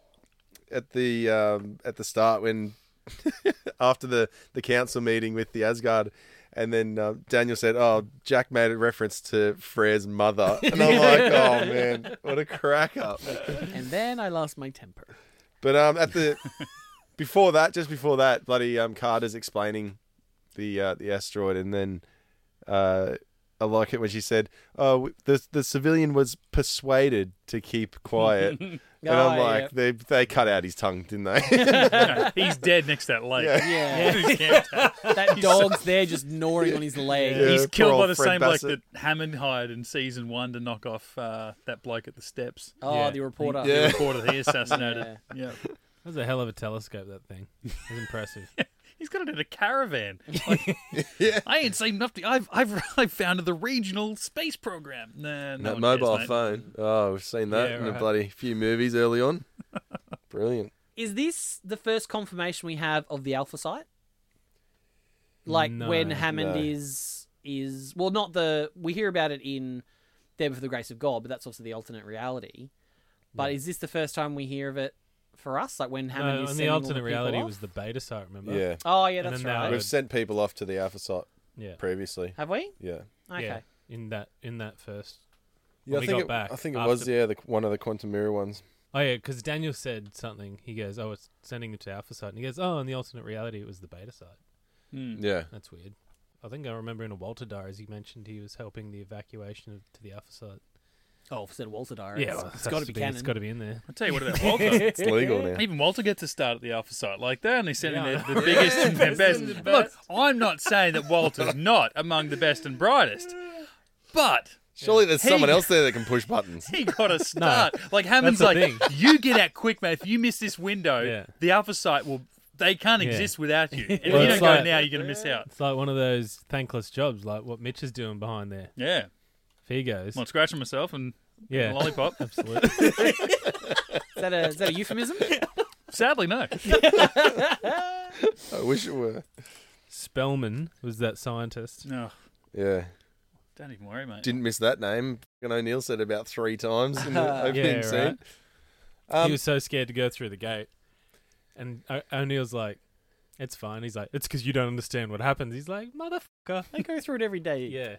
Speaker 1: at the um, at the start when after the the council meeting with the Asgard. And then uh, Daniel said, "Oh, Jack made a reference to Frere's mother," and I'm like, "Oh man, what a crack up!"
Speaker 4: And then I lost my temper.
Speaker 1: But um, at the before that, just before that, bloody um, Carter's explaining the uh, the asteroid, and then uh, I like it when she said, "Oh, the the civilian was persuaded to keep quiet," and I'm
Speaker 4: Oh,
Speaker 1: like,
Speaker 4: yeah.
Speaker 1: "They they cut out his tongue, didn't they?"
Speaker 3: No, he's dead next to that lake.
Speaker 1: Yeah.
Speaker 4: Yeah,
Speaker 3: He can't-
Speaker 4: that dog's there just gnawing on his leg.
Speaker 1: Yeah.
Speaker 3: He's
Speaker 1: poor
Speaker 3: killed by
Speaker 1: old
Speaker 3: the
Speaker 1: Fred
Speaker 3: same bloke
Speaker 1: Bassett.
Speaker 3: that Hammond hired in season one to knock off uh, that bloke at the steps.
Speaker 4: Oh,
Speaker 2: Yeah.
Speaker 4: the reporter.
Speaker 1: Yeah.
Speaker 3: The reporter that he assassinated. yeah.
Speaker 2: That was a hell of a telescope. That thing it was impressive.
Speaker 3: He's got it in a caravan. Like, I ain't seen nothing. I've, I've I've founded the regional space program. Nah, no
Speaker 1: that
Speaker 3: one
Speaker 1: mobile
Speaker 3: cares, mate.
Speaker 1: phone. Oh, we've seen that
Speaker 2: Yeah,
Speaker 1: in a
Speaker 2: right.
Speaker 1: bloody few movies early on. Brilliant.
Speaker 4: Is this the first confirmation we have of the alpha site? Like
Speaker 2: No,
Speaker 4: when Hammond
Speaker 1: no.
Speaker 4: is is well, not the we hear about it in There for the Grace of God, but that's also the alternate reality. But is this the first time we hear of it for us? Like when
Speaker 2: No,
Speaker 4: Hammond is
Speaker 2: Uh, and the
Speaker 4: sending all
Speaker 2: alternate
Speaker 4: people
Speaker 2: reality
Speaker 4: off?
Speaker 2: was the beta site. Remember?
Speaker 1: Yeah,
Speaker 4: Oh yeah,
Speaker 2: and
Speaker 4: that's
Speaker 2: then now
Speaker 4: right.
Speaker 1: we've sent people off to the Alpha site
Speaker 2: yeah,
Speaker 1: previously.
Speaker 4: Have we?
Speaker 1: Yeah.
Speaker 4: Okay.
Speaker 2: yeah. In that in that first.
Speaker 1: Yeah,
Speaker 2: When
Speaker 1: I
Speaker 2: we
Speaker 1: think
Speaker 2: got
Speaker 1: it,
Speaker 2: back
Speaker 1: I think it
Speaker 2: after-
Speaker 1: was yeah the, one of the quantum mirror ones.
Speaker 2: Oh yeah, because Daniel said something. He goes, "Oh, it's sending them to Alpha site," and he goes, "Oh, in the alternate reality, it was the beta site." Hmm.
Speaker 1: Yeah,
Speaker 2: That's weird. I think I remember in a Walter Diaries he mentioned he was helping the evacuation of, to the Alpha site.
Speaker 4: Oh, said Walter Dyer. it's- it's got to be
Speaker 2: It's
Speaker 4: canon.
Speaker 2: got to be in there.
Speaker 3: I'll tell you what about Walter.
Speaker 1: it's legal now.
Speaker 3: Even Walter gets a start at the alpha site. Like they only sent
Speaker 2: Yeah.
Speaker 3: in the, the biggest and the best. Look, I'm not saying that Walter's not among the best and brightest, but
Speaker 1: Surely there's
Speaker 3: Hey.
Speaker 1: someone else there that can push buttons.
Speaker 3: he got a start. like Hammond's
Speaker 2: that's
Speaker 3: like,
Speaker 2: the
Speaker 3: you get out quick, mate. If you miss this window,
Speaker 2: Yeah.
Speaker 3: the alpha site will. They can't
Speaker 2: Yeah.
Speaker 3: exist without you. If
Speaker 2: Well,
Speaker 3: you don't
Speaker 2: it's
Speaker 3: go
Speaker 2: like-
Speaker 3: now, you're going to miss out.
Speaker 2: It's like one of those thankless jobs, like what Mitch is doing behind there.
Speaker 3: Yeah.
Speaker 2: If he goes,
Speaker 3: I'm not scratching myself and
Speaker 2: yeah,
Speaker 3: a lollipop.
Speaker 2: absolutely.
Speaker 4: Is that a is that a euphemism?
Speaker 3: Sadly, no.
Speaker 1: I wish it were.
Speaker 2: Spellman was that scientist.
Speaker 3: No,
Speaker 1: Yeah,
Speaker 3: don't even worry, mate.
Speaker 1: didn't miss that name. And O'Neill said it about three times in the opening
Speaker 2: Yeah,
Speaker 1: scene.
Speaker 2: right.
Speaker 1: Um,
Speaker 2: he was so scared to go through the gate, and o- O'Neill's like, "It's fine." He's like, "It's because you don't understand what happens." He's like, "Motherfucker."
Speaker 4: I go through it every day.
Speaker 2: Yeah,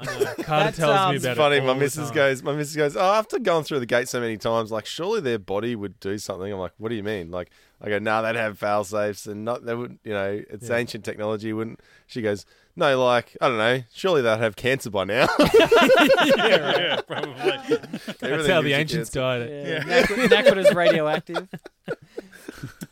Speaker 2: I know. Carter
Speaker 4: That's,
Speaker 2: tells
Speaker 4: um,
Speaker 2: me about
Speaker 4: It's
Speaker 2: it.
Speaker 1: Funny, my
Speaker 2: all the
Speaker 1: missus
Speaker 2: time.
Speaker 1: goes. My missus goes. Oh, after going through the gate so many times, like surely their body would do something. I'm like, what do you mean? Like, I go, nah, they'd have fail safes and not. They would, you know, it's
Speaker 2: Yeah.
Speaker 1: ancient technology. Wouldn't she goes? No, like I don't know. Surely they'd have cancer by now.
Speaker 3: yeah, probably.
Speaker 2: That's how the ancients died. It.
Speaker 4: Yeah. Nakwita's radioactive.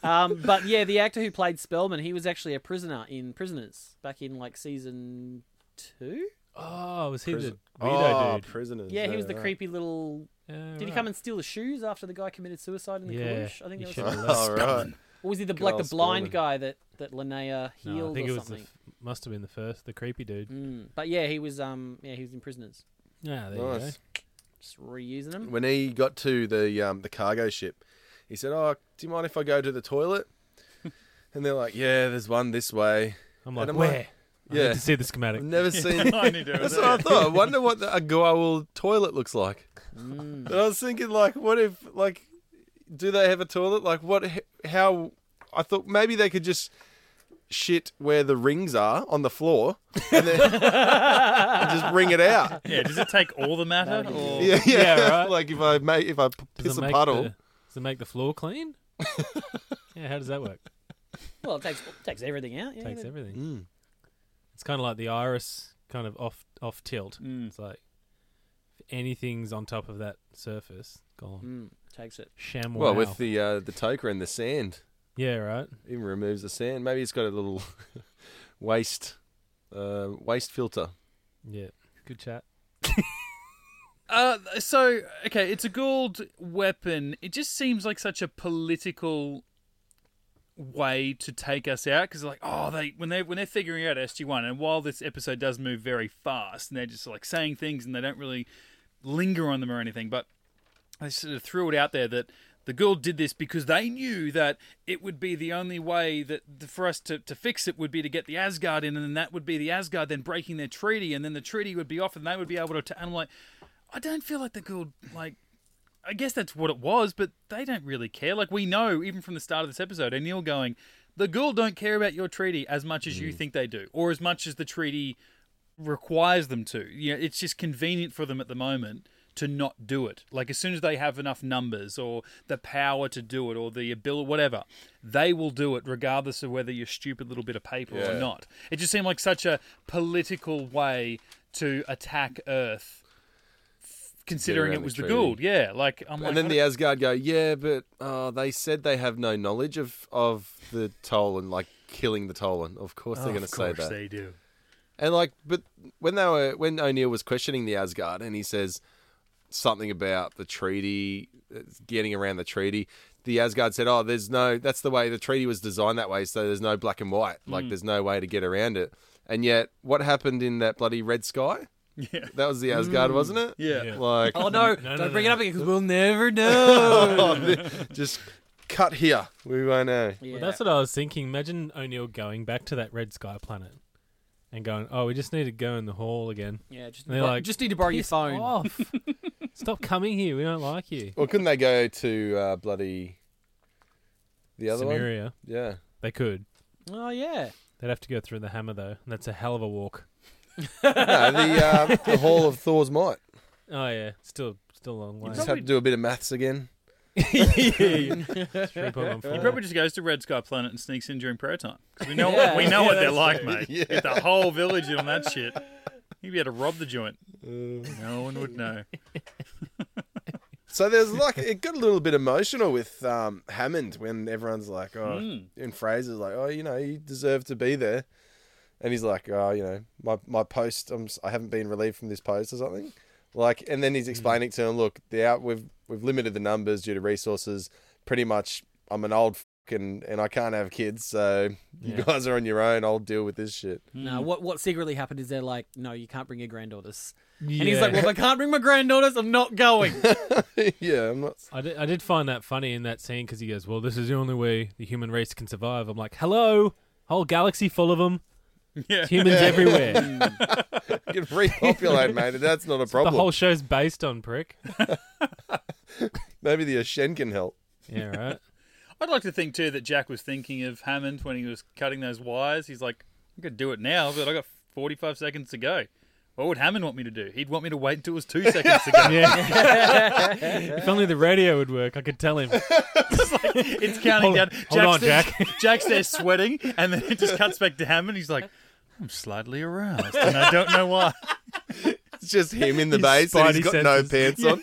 Speaker 4: Um, but yeah, the actor who played Spellman, he was actually a prisoner in Prisoners back in like season two.
Speaker 2: Oh, was he
Speaker 1: Prison-
Speaker 2: the weirdo
Speaker 1: oh,
Speaker 2: dude?
Speaker 1: prisoners.
Speaker 4: Yeah, he was the
Speaker 1: right.
Speaker 4: creepy little.
Speaker 2: Yeah,
Speaker 4: Did he
Speaker 2: right.
Speaker 4: come and steal the shoes after the guy committed suicide in the
Speaker 2: Oh. Yeah,
Speaker 4: Kalush? I think
Speaker 2: he
Speaker 4: that
Speaker 2: should
Speaker 4: was.
Speaker 2: have
Speaker 1: All
Speaker 2: left.
Speaker 1: right.
Speaker 4: Or was he the
Speaker 1: Good
Speaker 4: like
Speaker 1: old
Speaker 4: the blind
Speaker 1: Spellman.
Speaker 4: guy that that Linnea healed
Speaker 2: No, I think
Speaker 4: or
Speaker 2: it was the
Speaker 4: something?
Speaker 2: f- must have been the first, the creepy dude.
Speaker 4: Mm. But yeah, he was um yeah he was in Prisoners.
Speaker 2: Yeah, there you
Speaker 1: Nice.
Speaker 2: go.
Speaker 4: Just reusing them.
Speaker 1: When he got to the um, the cargo ship, he said, "Oh, do you mind if I go to the toilet?" and they're like, "Yeah, there's one this way." And
Speaker 2: I'm like,
Speaker 1: I'm like,
Speaker 2: where? I need
Speaker 1: yeah.
Speaker 2: to see the
Speaker 1: I've
Speaker 2: schematic.
Speaker 1: never seen.
Speaker 3: I need to do
Speaker 1: That's
Speaker 3: that.
Speaker 1: what I thought. I wonder what the, a Goa'uld toilet looks like.
Speaker 4: Mm.
Speaker 1: And I was thinking, like, what if, like, do they have a toilet? Like, what? How? I thought maybe they could just shit where the rings are on the floor, and then and just wring it out.
Speaker 3: Yeah, does it take all the matter? Or...
Speaker 1: Yeah, yeah.
Speaker 2: Yeah, right.
Speaker 1: like if I make if I p-
Speaker 2: Does
Speaker 1: piss
Speaker 2: it
Speaker 1: a
Speaker 2: make
Speaker 1: puddle,
Speaker 2: The, does it make the floor clean? yeah, how does that work?
Speaker 4: Well, it takes takes everything out. Yeah,
Speaker 2: Takes
Speaker 4: yeah.
Speaker 2: everything.
Speaker 1: Mm.
Speaker 2: It's kind of like the iris, kind of off off tilt.
Speaker 3: Mm.
Speaker 2: It's like if anything's on top of that surface, gone.
Speaker 4: Mm, takes it.
Speaker 2: Sham.
Speaker 1: well, with the uh, the toker and the sand,
Speaker 2: yeah, right.
Speaker 1: even removes the sand. Maybe it's got a little waste uh, waste filter.
Speaker 2: Yeah, good chat.
Speaker 3: Uh, so okay, it's a gold weapon. It just seems like such a political way to take us out because like oh they when they when they're figuring out SG1 and while this episode does move very fast and they're just like saying things and they don't really linger on them or anything but they sort of threw it out there that the Gould did this because they knew that it would be the only way that for us to, to fix it would be to get the Asgard in, and then that would be the Asgard then breaking their treaty, and then the treaty would be off, and they would be able to. ta- and I'm like, I don't feel like the Gould like. I guess that's what it was, but they don't really care. Like we know, even from the start of this episode, O'Neill going, the Gould don't care about your treaty as much as you think they do, or as much as the treaty requires them to. You know, it's just convenient for them at the moment to not do it. Like as soon as they have enough numbers or the power to do it or the ability, whatever, they will do it regardless of whether you're stupid little bit of paper or
Speaker 1: Yeah.
Speaker 3: not. It just seemed like such a political way to attack Earth, considering
Speaker 1: around
Speaker 3: it
Speaker 1: the
Speaker 3: was the,
Speaker 1: treaty.
Speaker 3: Gould. Yeah, like I'm like,
Speaker 1: and then
Speaker 3: I
Speaker 1: the Asgard go, yeah, but uh, they said they have no knowledge of of the Tolan, like killing the Tolan. Of course
Speaker 3: don't-
Speaker 1: they're going
Speaker 3: of
Speaker 1: to say
Speaker 3: course
Speaker 1: that.
Speaker 3: they do.
Speaker 1: And like, but when they were when O'Neill was questioning the Asgard, and he says something about the treaty, uh, getting around the treaty. The Asgard said, "Oh, there's no. That's the way the treaty was designed that way. So there's no black and white.
Speaker 3: Mm.
Speaker 1: Like there's no way to get around it." And yet, what happened in that bloody red sky?
Speaker 3: Yeah.
Speaker 1: That was the Asgard, wasn't it?
Speaker 3: Yeah.
Speaker 2: Yeah.
Speaker 1: Like,
Speaker 4: Oh no!
Speaker 2: no,
Speaker 4: don't
Speaker 2: no,
Speaker 4: bring
Speaker 2: no.
Speaker 4: it up again because we'll never know.
Speaker 1: just cut here. We won't know.
Speaker 4: yeah.
Speaker 2: Well, that's what I was thinking. Imagine O'Neill going back to that red sky planet and going, "Oh, we just need to go in the hall again."
Speaker 4: yeah, just,
Speaker 2: They're
Speaker 4: bro-
Speaker 2: like,
Speaker 4: just need to borrow your
Speaker 2: Piss
Speaker 4: phone.
Speaker 2: off. Stop coming here. We don't like you.
Speaker 1: Well, couldn't they go to uh, bloody the other one?
Speaker 2: Samaria.
Speaker 1: Yeah.
Speaker 2: They could.
Speaker 4: Oh yeah.
Speaker 2: They'd have to go through the hammer though, and that's a hell of a walk.
Speaker 1: No, the uh, the Hall of Thor's Might.
Speaker 2: Oh yeah, still still a long way.
Speaker 1: Just have to do a bit of maths again.
Speaker 2: Three point one
Speaker 3: He
Speaker 2: four.
Speaker 3: probably just goes to Red Sky Planet and sneaks in during prayer time. 'Cause we know,
Speaker 4: Yeah.
Speaker 3: we know what they're like, mate. Get the whole village in on that shit. He'd be able to rob the joint.
Speaker 1: Uh.
Speaker 3: No one would know.
Speaker 1: So there's like it got a little bit emotional with um, Hammond when everyone's like, oh,
Speaker 2: Hmm.
Speaker 1: and Fraser's like, oh, you know, you deserve to be there, and he's like, oh, you know, my my post, I'm, s- I haven't been relieved from this post or something, like, and
Speaker 2: Hmm.
Speaker 1: then he's explaining to him, look, the out we've we've limited the numbers due to resources. Pretty much, I'm an old f- and and I can't have kids, so you guys are on your own. I'll deal with this shit.
Speaker 4: No, what what secretly happened is they're like, no, you can't bring your granddaughters.
Speaker 2: yeah.
Speaker 4: And he's like, well, if I can't bring my granddaughters, I'm not going.
Speaker 1: yeah, I'm not.
Speaker 2: I did, I did find that funny in that scene because he goes, "Well, this is the only way the human race can survive." I'm like, "Hello, whole galaxy full of them,
Speaker 3: Yeah.
Speaker 2: humans everywhere."
Speaker 1: You can repopulate, mate. That's not a
Speaker 2: the
Speaker 1: problem.
Speaker 2: whole show's based on prick.
Speaker 1: Maybe the Ashen can help.
Speaker 2: Yeah, right.
Speaker 3: I'd like to think, too, that Jack was thinking of Hammond when he was cutting those wires. He's like, I'm going to do it now, but i got 45 seconds to go. What would Hammond want me to do? He'd want me to wait until it was two seconds to go.
Speaker 2: Yeah. if only the radio would work, I could tell him.
Speaker 3: It's counting
Speaker 2: Hold-
Speaker 3: down.
Speaker 2: hold
Speaker 3: Jack's
Speaker 2: on,
Speaker 3: there, Jack's there sweating, and then it just cuts back to Hammond. He's like, I'm slightly aroused, and I don't know why.
Speaker 1: It's just him in the
Speaker 2: His
Speaker 1: base and he's
Speaker 2: spidey
Speaker 1: got no pants
Speaker 2: senses.
Speaker 1: on.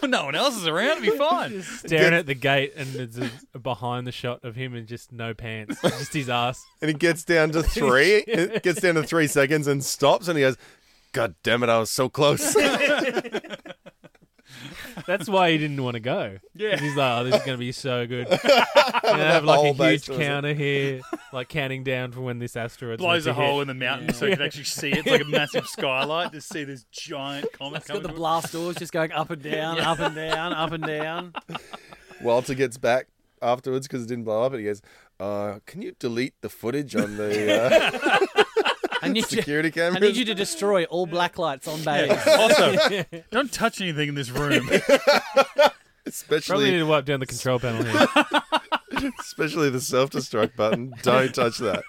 Speaker 3: when no one else is around. It'll be fine.
Speaker 2: staring at the gate, and there's a, a behind the shot of him and just no pants, just his ass.
Speaker 1: and it gets down to three. it gets down to three seconds and stops, and he goes, "God damn it, I was so close."
Speaker 2: That's why he didn't want to go.
Speaker 3: Yeah.
Speaker 2: he's like, oh, this is gonna be so good. And I have
Speaker 1: whole
Speaker 2: like a
Speaker 1: base
Speaker 2: huge
Speaker 1: was it?
Speaker 2: counter here, like counting down for when this asteroid
Speaker 3: Blows a hole in the mountain so you can actually see it. It's like a massive skylight to see this giant comet
Speaker 4: It's got
Speaker 3: coming.
Speaker 4: the
Speaker 3: from it.
Speaker 4: blast doors just going up and down, up and down, up and down.
Speaker 1: Walter gets back afterwards because it didn't blow up, and he goes, uh, "Can you delete the footage on the uh,
Speaker 4: I need you,
Speaker 1: security
Speaker 4: I
Speaker 1: cameras?"
Speaker 4: need you to destroy all black lights on bays.
Speaker 3: Also, don't touch anything in this room.
Speaker 2: Probably need
Speaker 1: especially,
Speaker 2: to wipe down the control panel here.
Speaker 1: especially the self-destruct button. Don't touch that.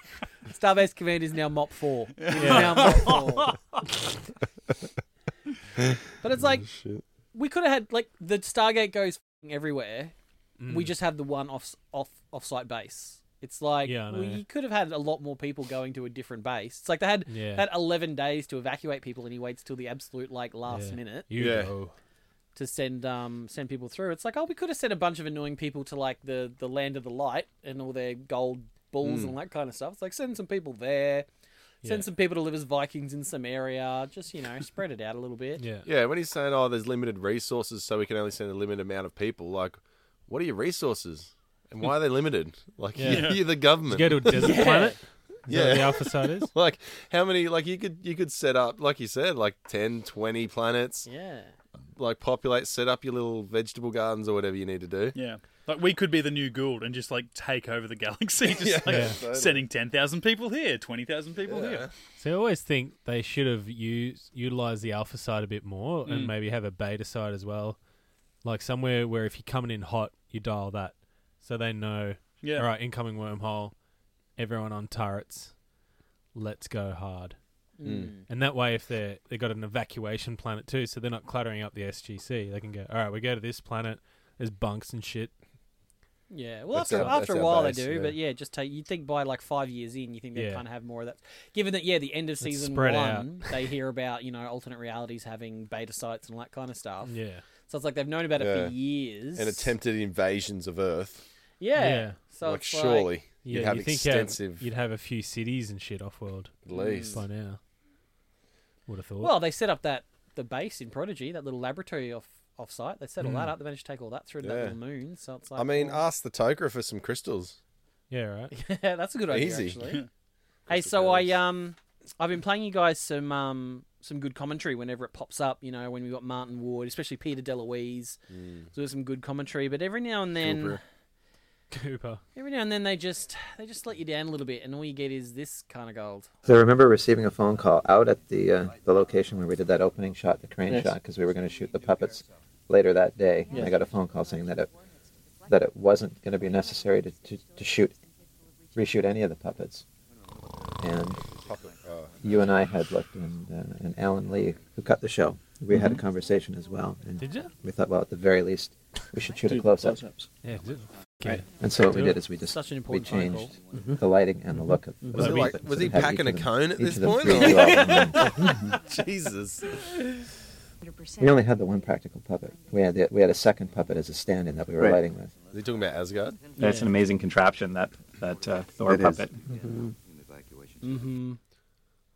Speaker 4: Starbase Command is now Mop 4. It is now Mop 4. but it's like, we could have had, like, the Stargate goes f***ing everywhere.
Speaker 2: Mm.
Speaker 4: We just have the one off, off, off-site base. It's like,
Speaker 2: Yeah, I know.
Speaker 4: we could have had a lot more people going to a different base. It's like they had,
Speaker 2: Yeah.
Speaker 4: had 11 days to evacuate people and he waits till the absolute, like, last
Speaker 2: Yeah.
Speaker 4: minute
Speaker 2: You
Speaker 1: Yeah.
Speaker 2: go.
Speaker 4: to send um send people through. It's like, oh, we could have sent a bunch of annoying people to like the the land of the light and all their gold bulls
Speaker 1: Hmm.
Speaker 4: and that kind of stuff. It's like send some people there,
Speaker 2: Yeah.
Speaker 4: send some people to live as Vikings in some area. Just you know, spread it out a little bit.
Speaker 2: Yeah.
Speaker 1: Yeah, when he's saying, "Oh, there's limited resources, so we can only send a limited amount of people," like, what are your resources? And why are they limited? Like
Speaker 2: Yeah.
Speaker 1: you're, you're the government.
Speaker 2: Go to a desert planet. Is yeah.
Speaker 1: Yeah.
Speaker 2: the alpha side is?
Speaker 1: like how many like you could you could set up like you said like 10 20 planets
Speaker 4: Yeah.
Speaker 1: like populate set up your little vegetable gardens or whatever you need to do
Speaker 3: Yeah. Like we could be the new Gould and just like take over the galaxy, just like
Speaker 2: Yeah.
Speaker 3: sending ten thousand people here, twenty thousand people here.
Speaker 2: So I always think they should have used utilized the alpha side a bit more
Speaker 3: Mm.
Speaker 2: and maybe have a beta side as well. Like somewhere where if you're coming in hot, you dial that. So they know
Speaker 3: Yeah.
Speaker 2: all right, incoming wormhole, everyone on turrets, let's go hard.
Speaker 1: Mm.
Speaker 2: And that way if they're they got an evacuation planet too, so they're not cluttering up the SGC. They can go, All right, we go to this planet, there's bunks and shit.
Speaker 4: Yeah, well,
Speaker 1: That's
Speaker 4: after,
Speaker 1: our-
Speaker 4: after
Speaker 1: that's
Speaker 4: a
Speaker 1: our
Speaker 4: while
Speaker 1: base,
Speaker 4: they do,
Speaker 1: yeah.
Speaker 4: but yeah, just take. You think by like five years in, you think they
Speaker 2: Yeah.
Speaker 4: kind of have more of that. Given that, yeah, the end of season
Speaker 2: spread
Speaker 4: one,
Speaker 2: out.
Speaker 4: they hear about you know alternate realities having beta sites and all that kind of stuff.
Speaker 2: Yeah.
Speaker 4: So it's like they've known about it
Speaker 1: Yeah.
Speaker 4: for years.
Speaker 1: and attempted invasions of earth
Speaker 4: Yeah.
Speaker 2: Yeah.
Speaker 4: So
Speaker 1: like
Speaker 4: it's
Speaker 1: surely
Speaker 2: Yeah,
Speaker 1: you'd have
Speaker 2: you think
Speaker 4: uh,
Speaker 2: you'd have-
Speaker 1: extensive Mm.
Speaker 2: you'd have a few cities and shit off world.
Speaker 1: at least
Speaker 2: by now. Would have thought.
Speaker 4: Well, they set up that the base in Prodigy, that little laboratory off off site. They set all that up. They managed to take all that through to
Speaker 1: Hmm. Yeah.
Speaker 4: that little moon. So it's like,
Speaker 1: i mean
Speaker 4: well,
Speaker 1: ask the toker for some crystals
Speaker 2: yeah, right.
Speaker 4: yeah, that's a good idea
Speaker 1: easy.
Speaker 4: actually. hey, so I um, I've been playing you guys some um some good commentary whenever it pops up. You know, when we got Martin Ward, especially Peter DeLuise,
Speaker 1: Hmm.
Speaker 4: so there's some good commentary. But every now and then.
Speaker 1: Cooper.
Speaker 2: Cooper.
Speaker 4: Every now and then they just they just let you down a little bit, and all you get is this kind of gold.
Speaker 8: So I remember receiving a phone call out at the uh, the location where we did that opening shot, the crane shot, 'cause shot, because we were going to shoot the puppets later that day. And I got a phone call saying that it that it wasn't going to be necessary to, to, to shoot reshoot any of the puppets. And you and I had looked, and uh, and Alan Lee, who cut the show, we had a
Speaker 4: Mm-hmm.
Speaker 8: conversation as well. And
Speaker 2: Did you?
Speaker 8: we thought, well, at the very least, we should shoot a close up.
Speaker 2: Yeah. Did.
Speaker 8: And so what we did is we just
Speaker 4: Such an
Speaker 8: we
Speaker 4: important phone Mm-hmm.
Speaker 8: changed the lighting and the look of.
Speaker 1: Mm-hmm. was,
Speaker 8: of
Speaker 1: he
Speaker 8: the
Speaker 1: like,
Speaker 8: puppets
Speaker 1: was
Speaker 8: and
Speaker 1: he
Speaker 8: had each
Speaker 1: packing a
Speaker 8: of them-
Speaker 1: cone at
Speaker 8: each
Speaker 1: this
Speaker 8: of them
Speaker 1: point?
Speaker 8: three
Speaker 1: Or-
Speaker 8: do all of them.
Speaker 1: Jesus.
Speaker 8: We only had the one practical puppet. We had the, we had a second puppet as a stand-in that we were
Speaker 9: Right.
Speaker 8: lighting with.
Speaker 1: Is he talking about Asgard?
Speaker 9: That's an amazing contraption that that uh, Thor
Speaker 8: It is.
Speaker 9: puppet.
Speaker 4: Mm-hmm.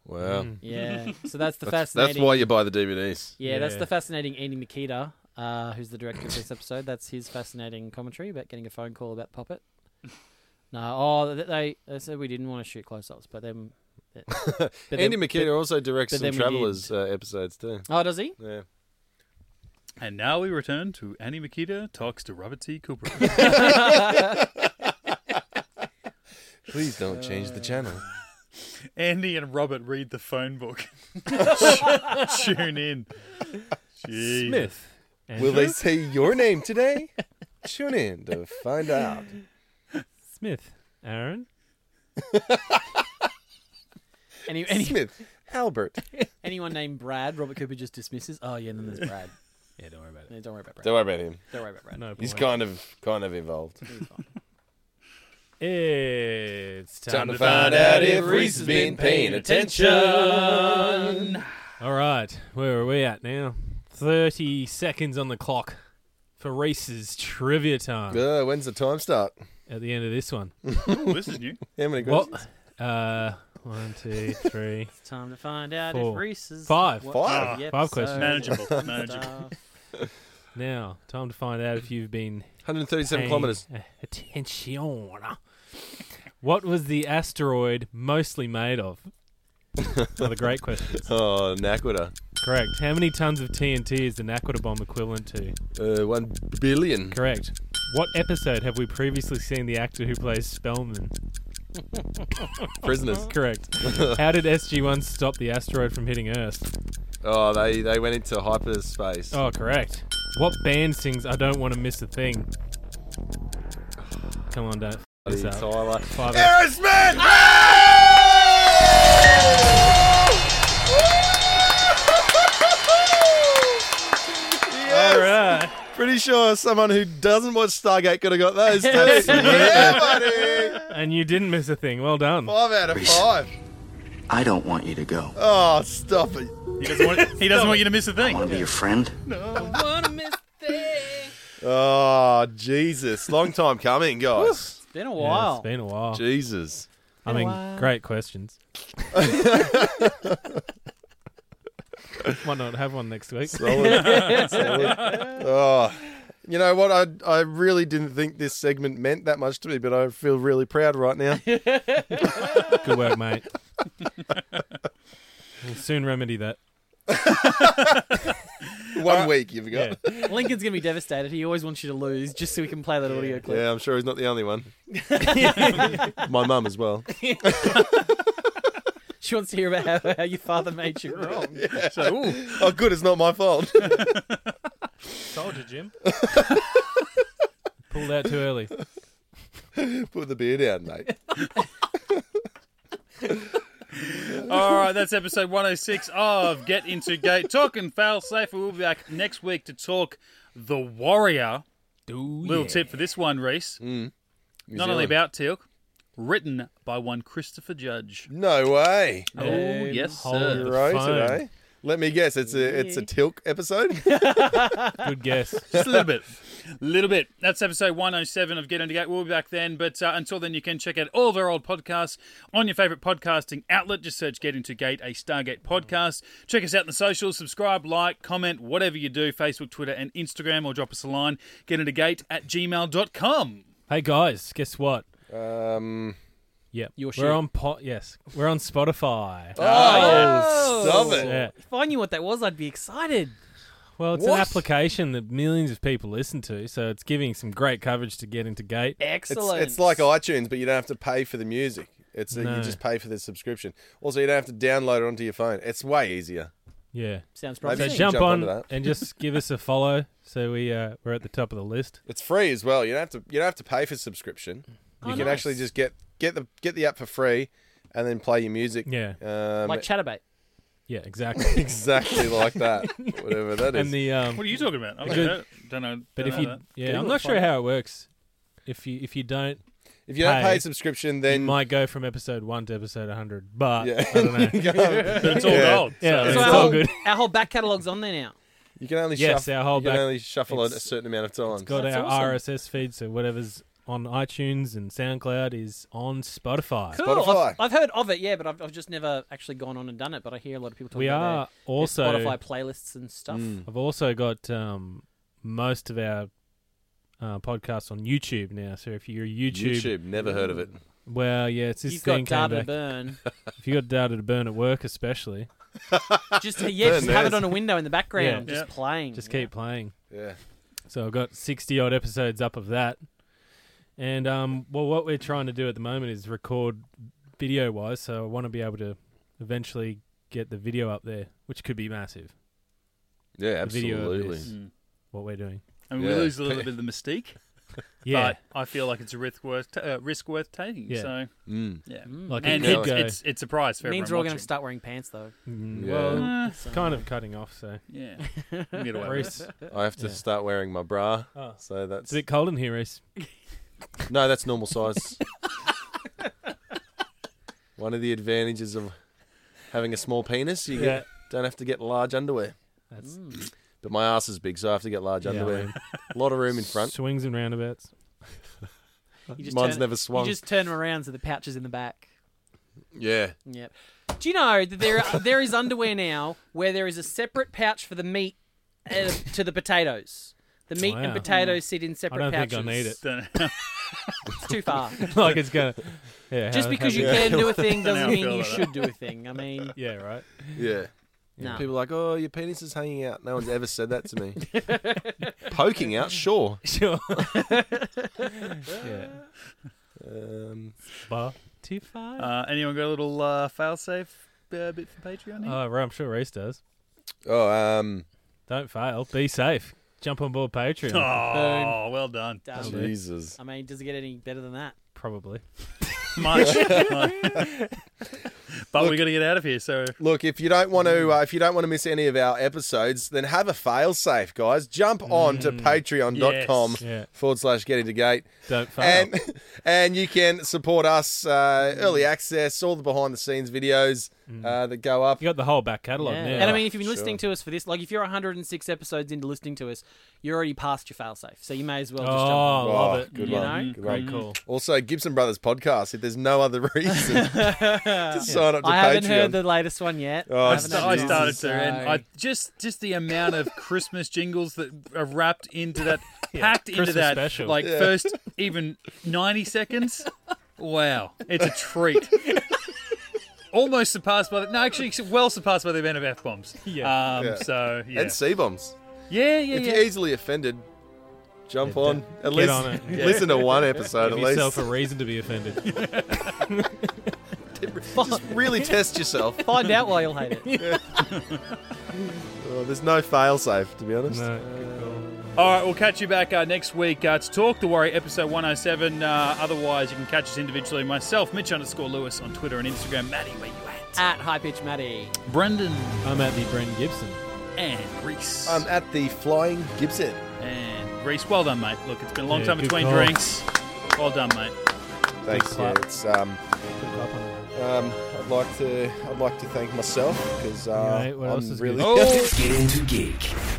Speaker 1: Wow.
Speaker 4: Yeah. so that's the
Speaker 1: That's,
Speaker 4: Hmm. fascinating.
Speaker 1: that's why you buy the DVDs.
Speaker 4: Yeah, that's
Speaker 2: Yeah.
Speaker 4: the fascinating Andy Makita, uh, who's the director of this episode. That's his fascinating commentary about getting a phone call about Poppet. No, oh, th- they, they said we didn't want to shoot close-ups, but then. but then-
Speaker 1: Andy Makita also directs
Speaker 4: but
Speaker 1: some
Speaker 4: then we did-
Speaker 1: Travelers uh, episodes too.
Speaker 4: but- Oh, does he?
Speaker 1: Yeah.
Speaker 3: And now we return to Annie Makita talks to Robert T. Cooper.
Speaker 1: Please don't change the channel.
Speaker 3: Andy and Robert read the phone book. Tune in. Jeez.
Speaker 2: Smith.
Speaker 1: Will they
Speaker 2: Andrew
Speaker 1: say your name today? Tune in to find out.
Speaker 2: Smith. Aaron.
Speaker 4: Any, any,
Speaker 1: Smith, Albert.
Speaker 4: anyone named Brad, Robert Cooper just dismisses. Oh, yeah, and then there's Brad.
Speaker 2: Yeah, don't worry about
Speaker 4: No, don't worry about Brad.
Speaker 1: Don't worry about him.
Speaker 4: Don't worry about Brad.
Speaker 2: No point.
Speaker 1: He's kind of kind of involved.
Speaker 2: It's time,
Speaker 1: Time to find out if
Speaker 4: Reese
Speaker 1: Reese's
Speaker 4: has
Speaker 1: been paying attention.
Speaker 4: attention.
Speaker 2: All right, where are we at now? Thirty seconds on the clock. for Reese's trivia time
Speaker 1: Uh, when's the time start?
Speaker 2: at the end of this one.
Speaker 3: Ooh, this is new.
Speaker 1: How many
Speaker 2: What?
Speaker 1: questions?
Speaker 2: Uh, one, two, three.
Speaker 4: It's time to find out
Speaker 2: Four.
Speaker 4: if Reese is
Speaker 2: Five.
Speaker 4: watching
Speaker 1: Five.
Speaker 4: the
Speaker 2: Five questions.
Speaker 4: episode.
Speaker 3: Manageable. Manageable.
Speaker 4: Stuff.
Speaker 2: now, time to find out if you've been
Speaker 1: 137
Speaker 2: paying
Speaker 1: kilometers.
Speaker 2: Attention. What was the asteroid mostly made of? Another great question.
Speaker 1: Oh, Nakwita.
Speaker 2: Correct. How many tons of TNT is the Nakwita bomb equivalent to?
Speaker 1: Uh, one billion.
Speaker 2: Correct. What episode have we previously seen the actor who plays Spellman?
Speaker 1: Prisoners.
Speaker 2: Correct. How did SG-1 stop the asteroid from hitting Earth?
Speaker 1: Oh, they, they went into hyperspace.
Speaker 2: Oh, correct. What band sings I Don't Want to Miss a Thing? Come on, don't f- this
Speaker 1: Bloody
Speaker 2: up.
Speaker 1: Tyler.
Speaker 2: Five out-
Speaker 1: Aerosmith! Yes.
Speaker 2: All right.
Speaker 1: Pretty sure someone who doesn't watch Stargate could have got those too. yeah, buddy.
Speaker 2: And you didn't miss a thing. Well done.
Speaker 1: Five out of five.
Speaker 6: I don't want you to go.
Speaker 1: Oh, stop it.
Speaker 3: He doesn't want, he doesn't want you to miss a
Speaker 6: I want
Speaker 3: thing.
Speaker 6: to be your friend.
Speaker 1: Oh, Jesus. Long time coming, guys.
Speaker 4: It's been a
Speaker 2: Yeah,
Speaker 4: while.
Speaker 2: it's been a while.
Speaker 1: Jesus.
Speaker 2: I mean, great questions. Might not have one next week.
Speaker 1: Solid. Solid. Oh. You know what? I I really didn't think this segment meant that much to me, but I feel really proud right now.
Speaker 2: Good work, mate. we'll soon remedy that.
Speaker 1: One week you've
Speaker 2: Yeah.
Speaker 1: got.
Speaker 4: Lincoln's gonna be devastated. He always wants you to lose just so we can play that audio
Speaker 1: Yeah,
Speaker 4: clip.
Speaker 1: I'm sure he's not the only one. My mum as well.
Speaker 4: She wants to hear about how, how your father made you wrong.
Speaker 1: Oh, good, it's not my fault.
Speaker 2: Soldier, Jim. Pulled out too early.
Speaker 1: Put the beer down, mate.
Speaker 3: All right, that's episode 106 of Get Into Gate. Talk and fail safe. We'll be back next week to talk The Warrior. Little tip for this one, Reese.
Speaker 1: Hmm. New
Speaker 3: Not
Speaker 1: Zealand.
Speaker 3: only about Teal'c, written by one Christopher Judge.
Speaker 1: No way.
Speaker 3: Oh,
Speaker 4: Um,
Speaker 3: yes,
Speaker 2: hold
Speaker 3: sir.
Speaker 2: The
Speaker 1: Right
Speaker 2: phone. Oh,
Speaker 1: today. eh? Let me guess, it's a it's a Tilk episode.
Speaker 2: Good guess.
Speaker 3: Just a little bit. little bit. That's episode 107 of Get Under Gate. We'll be back then. But uh, until then, you can check out all of our old podcasts on your favourite podcasting outlet. Just search Get Into Gate, a Stargate podcast. Check us out on the socials. Subscribe, like, comment, whatever you do Facebook, Twitter, and Instagram, or drop us a line. Get Into Gate at gmail.com.
Speaker 2: Hey guys, guess what?
Speaker 1: Um,
Speaker 2: Yep.
Speaker 4: Your shit.
Speaker 2: we're on pot. Yes, we're on Spotify.
Speaker 1: oh, stop it.
Speaker 2: Yeah.
Speaker 4: If I knew what that was, I'd be excited.
Speaker 2: Well, it's
Speaker 1: What?
Speaker 2: an application that millions of people listen to, so it's giving some great coverage to get into gate.
Speaker 1: It's,
Speaker 4: Excellent.
Speaker 1: it's like iTunes, but you don't have to pay for the music. It's a,
Speaker 2: No.
Speaker 1: you just pay for the subscription. Also, you don't have to download it onto your phone. It's way easier.
Speaker 2: Yeah.
Speaker 4: sounds
Speaker 1: Maybe
Speaker 2: So
Speaker 1: you
Speaker 4: promising.
Speaker 1: should
Speaker 2: jump,
Speaker 1: jump onto
Speaker 2: on
Speaker 1: that.
Speaker 2: and just give us a follow, so we uh, we're at the top of the list.
Speaker 1: It's free as well. You don't have to you don't have to pay for subscription.
Speaker 2: Oh,
Speaker 1: you can
Speaker 4: nice.
Speaker 1: actually just get get the get the app for free, and then play your music.
Speaker 2: Yeah.
Speaker 1: Um,
Speaker 4: like chatterbait.
Speaker 2: Yeah, exactly.
Speaker 1: exactly like that. Whatever that is.
Speaker 2: and the um,
Speaker 3: What are you talking about? I
Speaker 2: Good.
Speaker 3: don't, don't know.
Speaker 2: but
Speaker 3: don't
Speaker 2: if
Speaker 3: know
Speaker 2: you
Speaker 3: that.
Speaker 2: yeah, I'm
Speaker 4: Google
Speaker 2: not
Speaker 4: it,
Speaker 2: sure
Speaker 4: find
Speaker 2: how it works. If you if you don't,
Speaker 1: if you don't pay
Speaker 2: pay,
Speaker 1: subscription,
Speaker 2: it
Speaker 1: then
Speaker 2: might go from episode one to episode 100. But
Speaker 1: Yeah.
Speaker 2: I don't know.
Speaker 3: But it's all
Speaker 1: Yeah.
Speaker 3: gold.
Speaker 2: Yeah,
Speaker 3: so-
Speaker 2: it's
Speaker 4: So our
Speaker 2: all
Speaker 4: whole-
Speaker 2: good.
Speaker 4: Our whole back catalogue's on there now.
Speaker 1: you can only
Speaker 2: Yes,
Speaker 1: shuffle.
Speaker 2: our whole
Speaker 1: you can
Speaker 2: back-
Speaker 1: only shuffle it a
Speaker 2: it's-
Speaker 1: certain amount of times.
Speaker 2: Got
Speaker 4: That's
Speaker 2: our
Speaker 4: awesome.
Speaker 2: RSS feed, so whatever's on iTunes and SoundCloud is on Spotify.
Speaker 4: Cool.
Speaker 1: Spotify.
Speaker 4: I've, I've heard of it, yeah, but I've, I've just never actually gone on and done it. But I hear a lot of people talking
Speaker 2: We
Speaker 4: about
Speaker 2: are
Speaker 4: their- their
Speaker 2: also
Speaker 4: Spotify playlists and stuff.
Speaker 1: Mm.
Speaker 2: I've also got um, most of our uh, podcasts on YouTube now. So if you're a YouTube,
Speaker 1: YouTube, never heard of it.
Speaker 2: well, yeah, it's this
Speaker 4: You've
Speaker 2: thing came
Speaker 4: got data to
Speaker 2: back.
Speaker 4: burn.
Speaker 2: If you got data to burn at work, especially,
Speaker 4: Just yeah, just
Speaker 1: Burn
Speaker 4: have
Speaker 1: theirs.
Speaker 4: it on a window in the background,
Speaker 3: Yeah.
Speaker 4: just
Speaker 3: Yeah.
Speaker 4: playing.
Speaker 2: just keep playing.
Speaker 1: Yeah.
Speaker 2: So I've got sixty odd episodes up of that. And um, well, what we're trying to do at the moment is record video wise. So I want to be able to eventually get the video up there, which could be massive.
Speaker 1: Yeah,
Speaker 2: The video of
Speaker 1: absolutely.
Speaker 2: this, what we're doing.
Speaker 3: Hmm. I mean, we
Speaker 1: Yeah.
Speaker 3: lose a little bit of the mystique,
Speaker 2: Yeah,
Speaker 3: but I feel like it's a risk worth, t- uh, risk worth taking.
Speaker 2: Yeah.
Speaker 3: So,
Speaker 1: Mm.
Speaker 3: yeah.
Speaker 2: like
Speaker 3: And
Speaker 2: it could
Speaker 3: it's,
Speaker 2: go.
Speaker 3: it's it's a prize for
Speaker 4: It means we're all
Speaker 3: everyone
Speaker 4: going to
Speaker 3: watching.
Speaker 4: start wearing pants though.
Speaker 2: Mm,
Speaker 1: Yeah.
Speaker 2: Well, it's kind of cutting off. So
Speaker 3: Yeah, You can get away with it.
Speaker 2: Reese,
Speaker 1: I have to
Speaker 2: Yeah.
Speaker 1: start wearing my bra.
Speaker 2: Oh.
Speaker 1: So that's
Speaker 2: it's a bit cold in here, Reese.
Speaker 1: no, that's normal size. One of the advantages of having a small penis, you get, don't have to get large underwear.
Speaker 2: That's
Speaker 1: But my ass is big, so I have to get large
Speaker 2: Yeah,
Speaker 1: underwear.
Speaker 2: man.
Speaker 1: A lot of room in front.
Speaker 2: Swings and roundabouts.
Speaker 4: You just
Speaker 1: Mine's
Speaker 4: turn-
Speaker 1: never swung.
Speaker 4: You just turn them around so the pouch is in the back.
Speaker 1: Yeah.
Speaker 4: Yep. Do you know that there are, there is underwear now where there is a separate pouch for the meat uh, to the potatoes? The meat and
Speaker 2: Wow.
Speaker 4: potatoes sit in
Speaker 2: I
Speaker 4: separate
Speaker 2: don't
Speaker 4: pouches.
Speaker 2: think I need it.
Speaker 4: It's too far.
Speaker 2: like it's gonna. Yeah.
Speaker 4: Just
Speaker 2: how-
Speaker 4: because
Speaker 2: how
Speaker 4: you
Speaker 2: big-
Speaker 4: can do a thing doesn't
Speaker 3: I
Speaker 4: mean
Speaker 3: feel
Speaker 4: you
Speaker 3: about that.
Speaker 4: should do a thing. I mean,
Speaker 2: Yeah. Right.
Speaker 1: Yeah.
Speaker 4: no.
Speaker 1: People are like, oh, your penis is hanging out. No one's ever said that to me. Poking out, sure.
Speaker 2: Sure. yeah.
Speaker 1: Um,
Speaker 2: Bar. Too far.
Speaker 3: Uh, anyone got a little uh, failsafe uh, bit for Patreon? Here?
Speaker 2: Oh, right, I'm sure Reese does.
Speaker 1: oh, um,
Speaker 2: Don't fail. Be safe. Jump on board Patreon. uh,
Speaker 3: oh, well done.
Speaker 4: Does it?
Speaker 1: Jesus.
Speaker 4: I mean, does it get any better than that?
Speaker 2: Probably.
Speaker 3: Much. but we got to get out of here. So
Speaker 1: Look, if you don't want
Speaker 2: Mm.
Speaker 1: to, uh, if you don't want to miss any of our episodes, then have a fail safe, guys. Jump on to patreon.com
Speaker 2: Mm. Yeah. Oh.
Speaker 1: forward slash getting to gate.
Speaker 2: Don't fail.
Speaker 1: and and you can support us uh,
Speaker 2: Mm.
Speaker 1: early access all the behind the scenes videos uh, that go up
Speaker 2: you got the whole back catalogue
Speaker 4: Yeah.
Speaker 2: now.
Speaker 4: And I mean, if you've been
Speaker 1: Sure.
Speaker 4: listening to us for this, like if you're 106 episodes into listening to us, you're already past your failsafe, so you may as well
Speaker 2: oh,
Speaker 4: just jump on.
Speaker 2: love
Speaker 1: Oh,
Speaker 2: it.
Speaker 1: good
Speaker 4: You
Speaker 1: one,
Speaker 4: know?
Speaker 1: good
Speaker 2: Great
Speaker 1: one.
Speaker 2: call.
Speaker 1: also Gibson Brothers podcast if there's no other reason to sign up to
Speaker 4: I haven't
Speaker 1: Patreon
Speaker 4: heard the latest one yet.
Speaker 1: Oh,
Speaker 4: I
Speaker 3: I,
Speaker 4: haven't
Speaker 3: sta-
Speaker 4: had
Speaker 3: I
Speaker 4: a chance.
Speaker 3: started to, and I
Speaker 4: So-
Speaker 3: just just the amount of Christmas jingles that are wrapped into that, packed into
Speaker 2: Christmas
Speaker 3: that,
Speaker 2: special.
Speaker 3: like first even ninety seconds. Wow, it's a treat. Almost surpassed by the no, actually it's well surpassed by the amount of f bombs.
Speaker 2: Yeah.
Speaker 3: Um,
Speaker 1: Yeah.
Speaker 3: So yeah,
Speaker 1: and C bombs
Speaker 3: yeah, yeah,
Speaker 1: if
Speaker 3: yeah.
Speaker 1: you're easily offended jump
Speaker 2: Yeah,
Speaker 1: on at
Speaker 2: get
Speaker 1: least
Speaker 2: on it. Yeah.
Speaker 1: listen to one episode
Speaker 2: Give
Speaker 1: at least
Speaker 2: yourself a reason to be offended.
Speaker 1: just really test yourself
Speaker 4: Find out why you'll hate it.
Speaker 1: Oh, there's no fail safe to be honest
Speaker 2: no, good call.
Speaker 3: All right, we'll catch you back uh, next week. Uh, it's Talk the Worry, episode 107. Uh, otherwise, you can catch us individually. Myself, Mitch underscore Lewis on Twitter and Instagram. Maddie, where you at?
Speaker 4: At High Pitch Maddie.
Speaker 3: Brendan
Speaker 2: I'm at the Brendan Gibson.
Speaker 3: and Reese.
Speaker 1: I'm at the Flying Gibson
Speaker 3: and Reese, well done, mate. Look, it's been a long
Speaker 2: Yeah,
Speaker 3: time
Speaker 2: good
Speaker 3: between
Speaker 2: call.
Speaker 3: drinks. Well done, mate.
Speaker 1: thanks yeah,
Speaker 2: clap.
Speaker 1: it's um Um, I'd like to I'd like to thank myself because uh,
Speaker 2: Alright, what else
Speaker 1: I'm
Speaker 2: is
Speaker 1: really
Speaker 2: good? Oh!
Speaker 5: Let's get into geek.